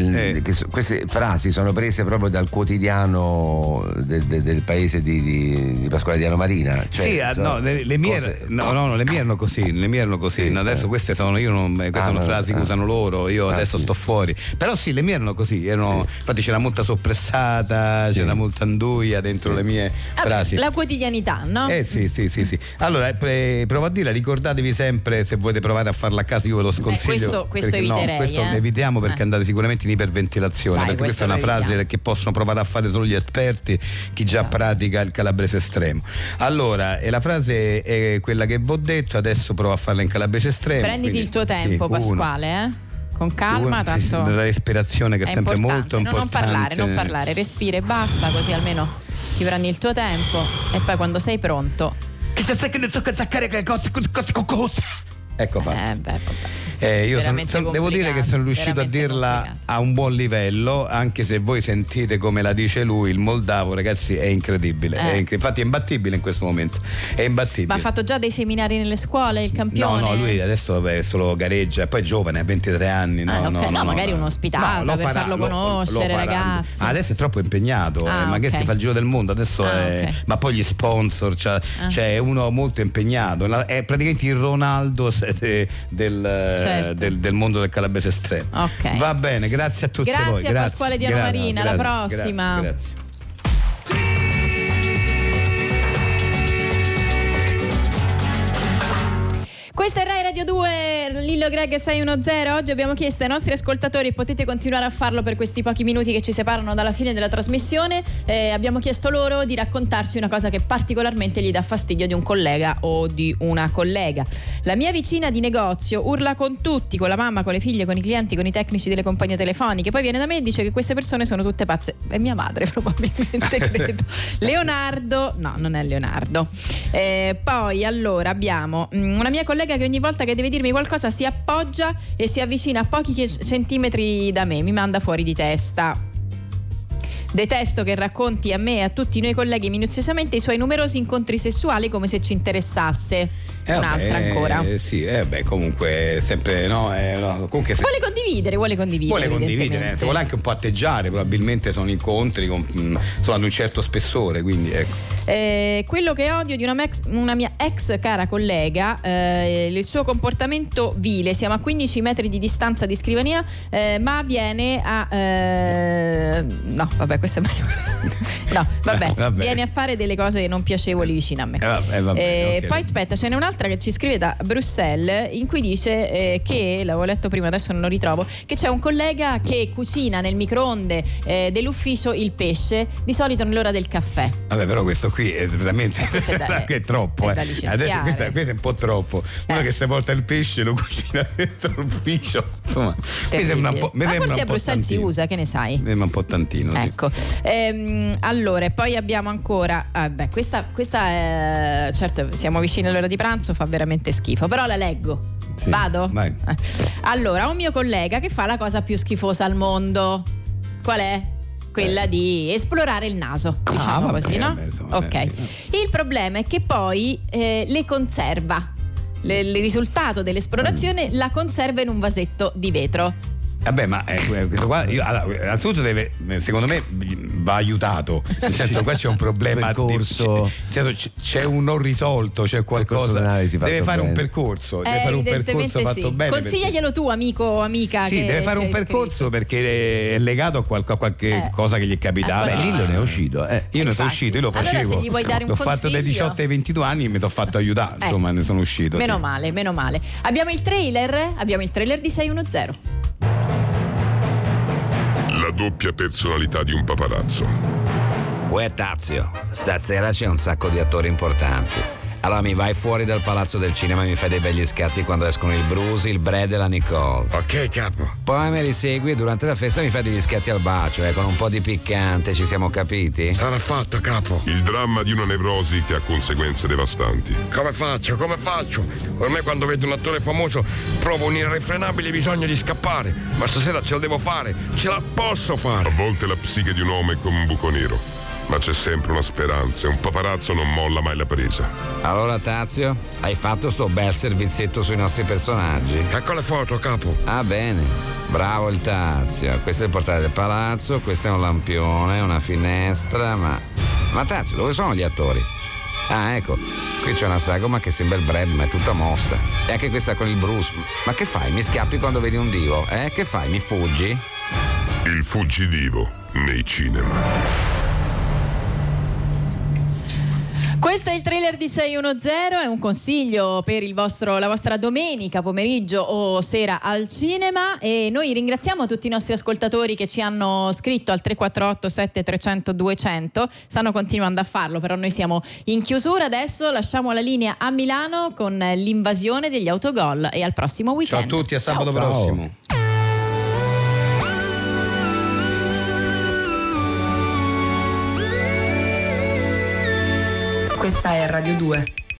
Speaker 5: che so- queste frasi sono prese proprio dal quotidiano del, del- del paese di, di, di Pasquale Diano Marina. Cioè,
Speaker 4: sì, ah,
Speaker 5: insomma,
Speaker 4: no, le, le mie,
Speaker 5: cose-
Speaker 4: no, no, no, le mie erano così, le mie erano così. No, adesso queste sono, io non, eh, queste
Speaker 5: Ah,
Speaker 4: sono
Speaker 5: no,
Speaker 4: frasi che
Speaker 5: ah.
Speaker 4: usano loro, io
Speaker 5: Ah,
Speaker 4: adesso
Speaker 5: sì.
Speaker 4: sto fuori. Però sì, le mie erano così, erano, infatti c'era molta soppressata, c'era molta anduia dentro le mie frasi.
Speaker 3: La quotidianità, no?
Speaker 4: Eh sì, sì, sì, sì. Allora, eh, pre- provo a dirla, ricordatevi sempre se volete provare a farla a casa, io ve lo sconsiglio.
Speaker 3: questo- questo
Speaker 4: perché- no,
Speaker 3: eviterei,
Speaker 4: questo
Speaker 3: eh.
Speaker 4: evitiamo perché
Speaker 3: Eh.
Speaker 4: andate sicuramente in iperventilazione,
Speaker 3: Dai,
Speaker 4: perché
Speaker 3: questo
Speaker 4: questa è
Speaker 3: lo
Speaker 4: una frase
Speaker 3: evitiamo. Esatto.
Speaker 4: che possono provare a fare solo gli esperti, chi già pratica il calabrese estremo. Allora, e la frase è quella che vi ho detto, adesso provo a farla in calabrese estremo.
Speaker 3: Prenditi
Speaker 4: quindi-
Speaker 3: il tuo
Speaker 4: sì,
Speaker 3: tempo,
Speaker 4: uno,
Speaker 3: Pasquale, eh? Con calma,
Speaker 4: due,
Speaker 3: tanto.
Speaker 4: La respirazione che è,
Speaker 3: è
Speaker 4: sempre
Speaker 3: importante.
Speaker 4: molto
Speaker 3: No,
Speaker 4: importante.
Speaker 3: Non parlare, non parlare, respira e basta, così almeno ti prendi il tuo tempo e poi quando sei pronto.
Speaker 4: Ecco fatto. Eh, io sono-
Speaker 3: Veramente
Speaker 4: sono- devo dire che
Speaker 3: complicato,
Speaker 4: sono riuscito a
Speaker 3: veramente
Speaker 4: dirla a un buon livello, anche se voi sentite come la dice lui, il moldavo, ragazzi, è incredibile.
Speaker 3: Eh.
Speaker 4: È incre- infatti è imbattibile in questo momento. È imbattibile.
Speaker 3: Ma ha fatto già dei seminari nelle scuole, il
Speaker 4: No,
Speaker 3: campione?
Speaker 4: no, lui adesso vabbè, solo gareggia, poi è giovane, ha 23 anni. No,
Speaker 3: Ah, ok.
Speaker 4: no,
Speaker 3: No,
Speaker 4: no,
Speaker 3: magari
Speaker 4: no.
Speaker 3: un'ospitata
Speaker 4: lo
Speaker 3: per farlo
Speaker 4: lo-
Speaker 3: conoscere,
Speaker 4: farà.
Speaker 3: ragazzi.
Speaker 4: Ah, adesso è troppo impegnato,
Speaker 3: Ah,
Speaker 4: eh, ma che
Speaker 3: ok.
Speaker 4: si fa il giro del mondo adesso è- ma poi gli sponsor, cioè,
Speaker 3: Ah.
Speaker 4: cioè, è uno molto impegnato, la- è praticamente il Ronaldo se- de- del, eh,
Speaker 3: Certo.
Speaker 4: del- del mondo del calabrese estremo.
Speaker 3: Ok.
Speaker 4: Va bene, grazie a tutti
Speaker 3: Grazie
Speaker 4: voi.
Speaker 3: a Pasquale Diano
Speaker 4: grazie,
Speaker 3: Marina, alla
Speaker 4: grazie,
Speaker 3: prossima.
Speaker 4: grazie, grazie.
Speaker 3: Questa è Rai Radio Radio 2, Lillo Greg 610. Oggi abbiamo chiesto ai nostri ascoltatori, potete continuare a farlo per questi pochi minuti che ci separano dalla fine della trasmissione. eh, abbiamo chiesto loro di raccontarci una cosa che particolarmente gli dà fastidio di un collega o di una collega. La mia vicina di negozio urla con tutti, con la mamma, con le figlie, con i clienti, con i tecnici delle compagnie telefoniche. Poi viene da me e dice che queste persone sono tutte pazze. È mia madre, probabilmente credo. Leonardo, no, non è Leonardo. Eh, poi allora abbiamo mm, una mia collega che ogni volta che deve dirmi qualcosa si appoggia e si avvicina a pochi che- centimetri da me, mi manda fuori di testa. Detesto che racconti a me e a tutti noi colleghi minuziosamente i suoi numerosi incontri sessuali come se ci interessasse.
Speaker 4: Eh, vabbè,
Speaker 3: Un'altra ancora.
Speaker 4: eh, sì, eh, beh, comunque, sempre no. eh, no, comunque, se
Speaker 3: Vuole condividere, vuole condividere.
Speaker 4: vuole condividere, eh,
Speaker 3: evidentemente.
Speaker 4: se vuole anche un po' atteggiare, probabilmente sono incontri con, mm, sono ad un certo spessore, quindi ecco.
Speaker 3: Eh, quello che odio di una, mex- una mia ex cara collega, eh, il suo comportamento vile, siamo a 15 metri di distanza di scrivania, eh, ma viene a... eh, no, vabbè, questo è meglio. no, vabbè,
Speaker 4: Vabbè.
Speaker 3: viene a fare delle cose non piacevoli vicino a me.
Speaker 4: Eh, vabbè, vabbè,
Speaker 3: Eh,
Speaker 4: ok.
Speaker 3: Poi aspetta, ce n'è un'altra che ci scrive da Bruxelles in cui dice eh, che, l'avevo letto prima, adesso non lo ritrovo, che c'è un collega che cucina nel microonde eh, dell'ufficio il pesce, di solito nell'ora del caffè.
Speaker 4: Vabbè, però questo qui è veramente
Speaker 3: Questo è da-
Speaker 4: che è troppo.
Speaker 3: è da
Speaker 4: eh.
Speaker 3: licenziare. Eh.
Speaker 4: Adesso questo, è- questo è un po' troppo. Uno che si porta il pesce e lo cucina dentro l'ufficio. Insomma, mi sembra un po'. Mi
Speaker 3: Ma Ah, forse
Speaker 4: sembra
Speaker 3: a
Speaker 4: un po
Speaker 3: Bruxelles si
Speaker 4: tantino.
Speaker 3: usa, che ne sai?
Speaker 4: Mi sembra un po' tantino. sì.
Speaker 3: Ecco, Ehm, allora, e poi abbiamo ancora. ah, beh, questa, questa è. Certo, siamo vicini all'ora di pranzo, fa veramente schifo, però la leggo.
Speaker 4: Sì,
Speaker 3: Vado?
Speaker 4: vai.
Speaker 3: Eh. Allora, ho un mio collega che fa la cosa più schifosa al mondo. Qual è? Quella di esplorare il naso, diciamo
Speaker 4: Eh. Ah, vabbè,
Speaker 3: così, no?
Speaker 4: vabbè, insomma, eh.
Speaker 3: ok. Il problema è che poi eh, le conserva. Le- il risultato dell'esplorazione la conserva in un vasetto di vetro.
Speaker 4: Vabbè, ma eh, questo qua, io, allora, innanzitutto deve, secondo me, va aiutato. Nel senso, qua c'è un problema. di-
Speaker 16: Percorso.
Speaker 4: c'è, nel senso, c'è un non risolto, c'è
Speaker 16: Percorso
Speaker 4: qualcosa.
Speaker 16: d'analisi fatto
Speaker 4: Deve fare un
Speaker 16: bene.
Speaker 4: percorso, deve
Speaker 3: Eh,
Speaker 4: fare un
Speaker 3: evidentemente
Speaker 4: percorso fatto
Speaker 3: sì.
Speaker 4: bene. perché-
Speaker 3: Consigliaglielo tu, amico o amica.
Speaker 4: Sì,
Speaker 3: Ah, che
Speaker 4: deve fare
Speaker 3: c'è
Speaker 4: un percorso perché è legato a qualche, a qualche
Speaker 3: Eh.
Speaker 4: cosa che gli è capitata.
Speaker 3: Eh, Beh, Lillo
Speaker 4: ne è uscito. eh. io ne sono
Speaker 3: Infatti.
Speaker 4: uscito, io lo
Speaker 3: Allora,
Speaker 4: facevo.
Speaker 3: se gli vuoi dare un
Speaker 4: L'ho fatto
Speaker 3: consiglio-
Speaker 4: dai 18 ai 22 anni e mi sono fatto aiutare.
Speaker 3: Eh.
Speaker 4: Insomma, ne sono uscito.
Speaker 3: Meno
Speaker 4: sì.
Speaker 3: male, meno male. Abbiamo il trailer? Abbiamo il trailer di 610.
Speaker 17: La doppia personalità di un paparazzo.
Speaker 5: Uè Tazio, stasera c'è un sacco di attori importanti. Allora mi vai fuori dal palazzo del cinema e mi fai dei begli scatti quando escono il Bruce, il Brad e la Nicole. Ok, capo. Poi me li segui e durante la festa mi fai degli scatti al bacio, eh, con un po' di piccante, ci siamo capiti? Sarà fatto, capo.
Speaker 17: Il dramma di una nevrosi che ha conseguenze devastanti.
Speaker 14: Come faccio? Come faccio? Ormai quando vedo un attore famoso provo un irrefrenabile bisogno di scappare, ma stasera ce la devo fare, ce la posso fare.
Speaker 17: A volte la psiche di un uomo è come un buco nero, ma c'è sempre una speranza e un paparazzo non molla mai la presa.
Speaker 5: Allora Tazio, hai fatto sto bel servizietto sui nostri personaggi? Ecco le foto, capo. Ah bene, bravo il Tazio. Questo è il portale del palazzo, questo è un lampione, una finestra, ma... Ma Tazio, dove sono gli attori? Ah ecco, qui c'è una sagoma che sembra il bread, ma è tutta mossa. E anche questa con il Bruce. Ma che fai? Mi scappi quando vedi un divo? Eh? Che fai? Mi fuggi?
Speaker 17: Il fuggidivo nei cinema.
Speaker 3: Questo è il trailer di 610, è un consiglio per il vostro- la vostra domenica, pomeriggio o sera al cinema e noi ringraziamo tutti i nostri ascoltatori che ci hanno scritto al 348 7300 200, stanno continuando a farlo, però noi siamo in chiusura, adesso lasciamo la linea a Milano con l'invasione degli autogol e al prossimo
Speaker 4: Ciao
Speaker 3: weekend.
Speaker 4: a tutti, a sabato
Speaker 3: Ciao.
Speaker 4: prossimo.
Speaker 8: Questa è Radio 2.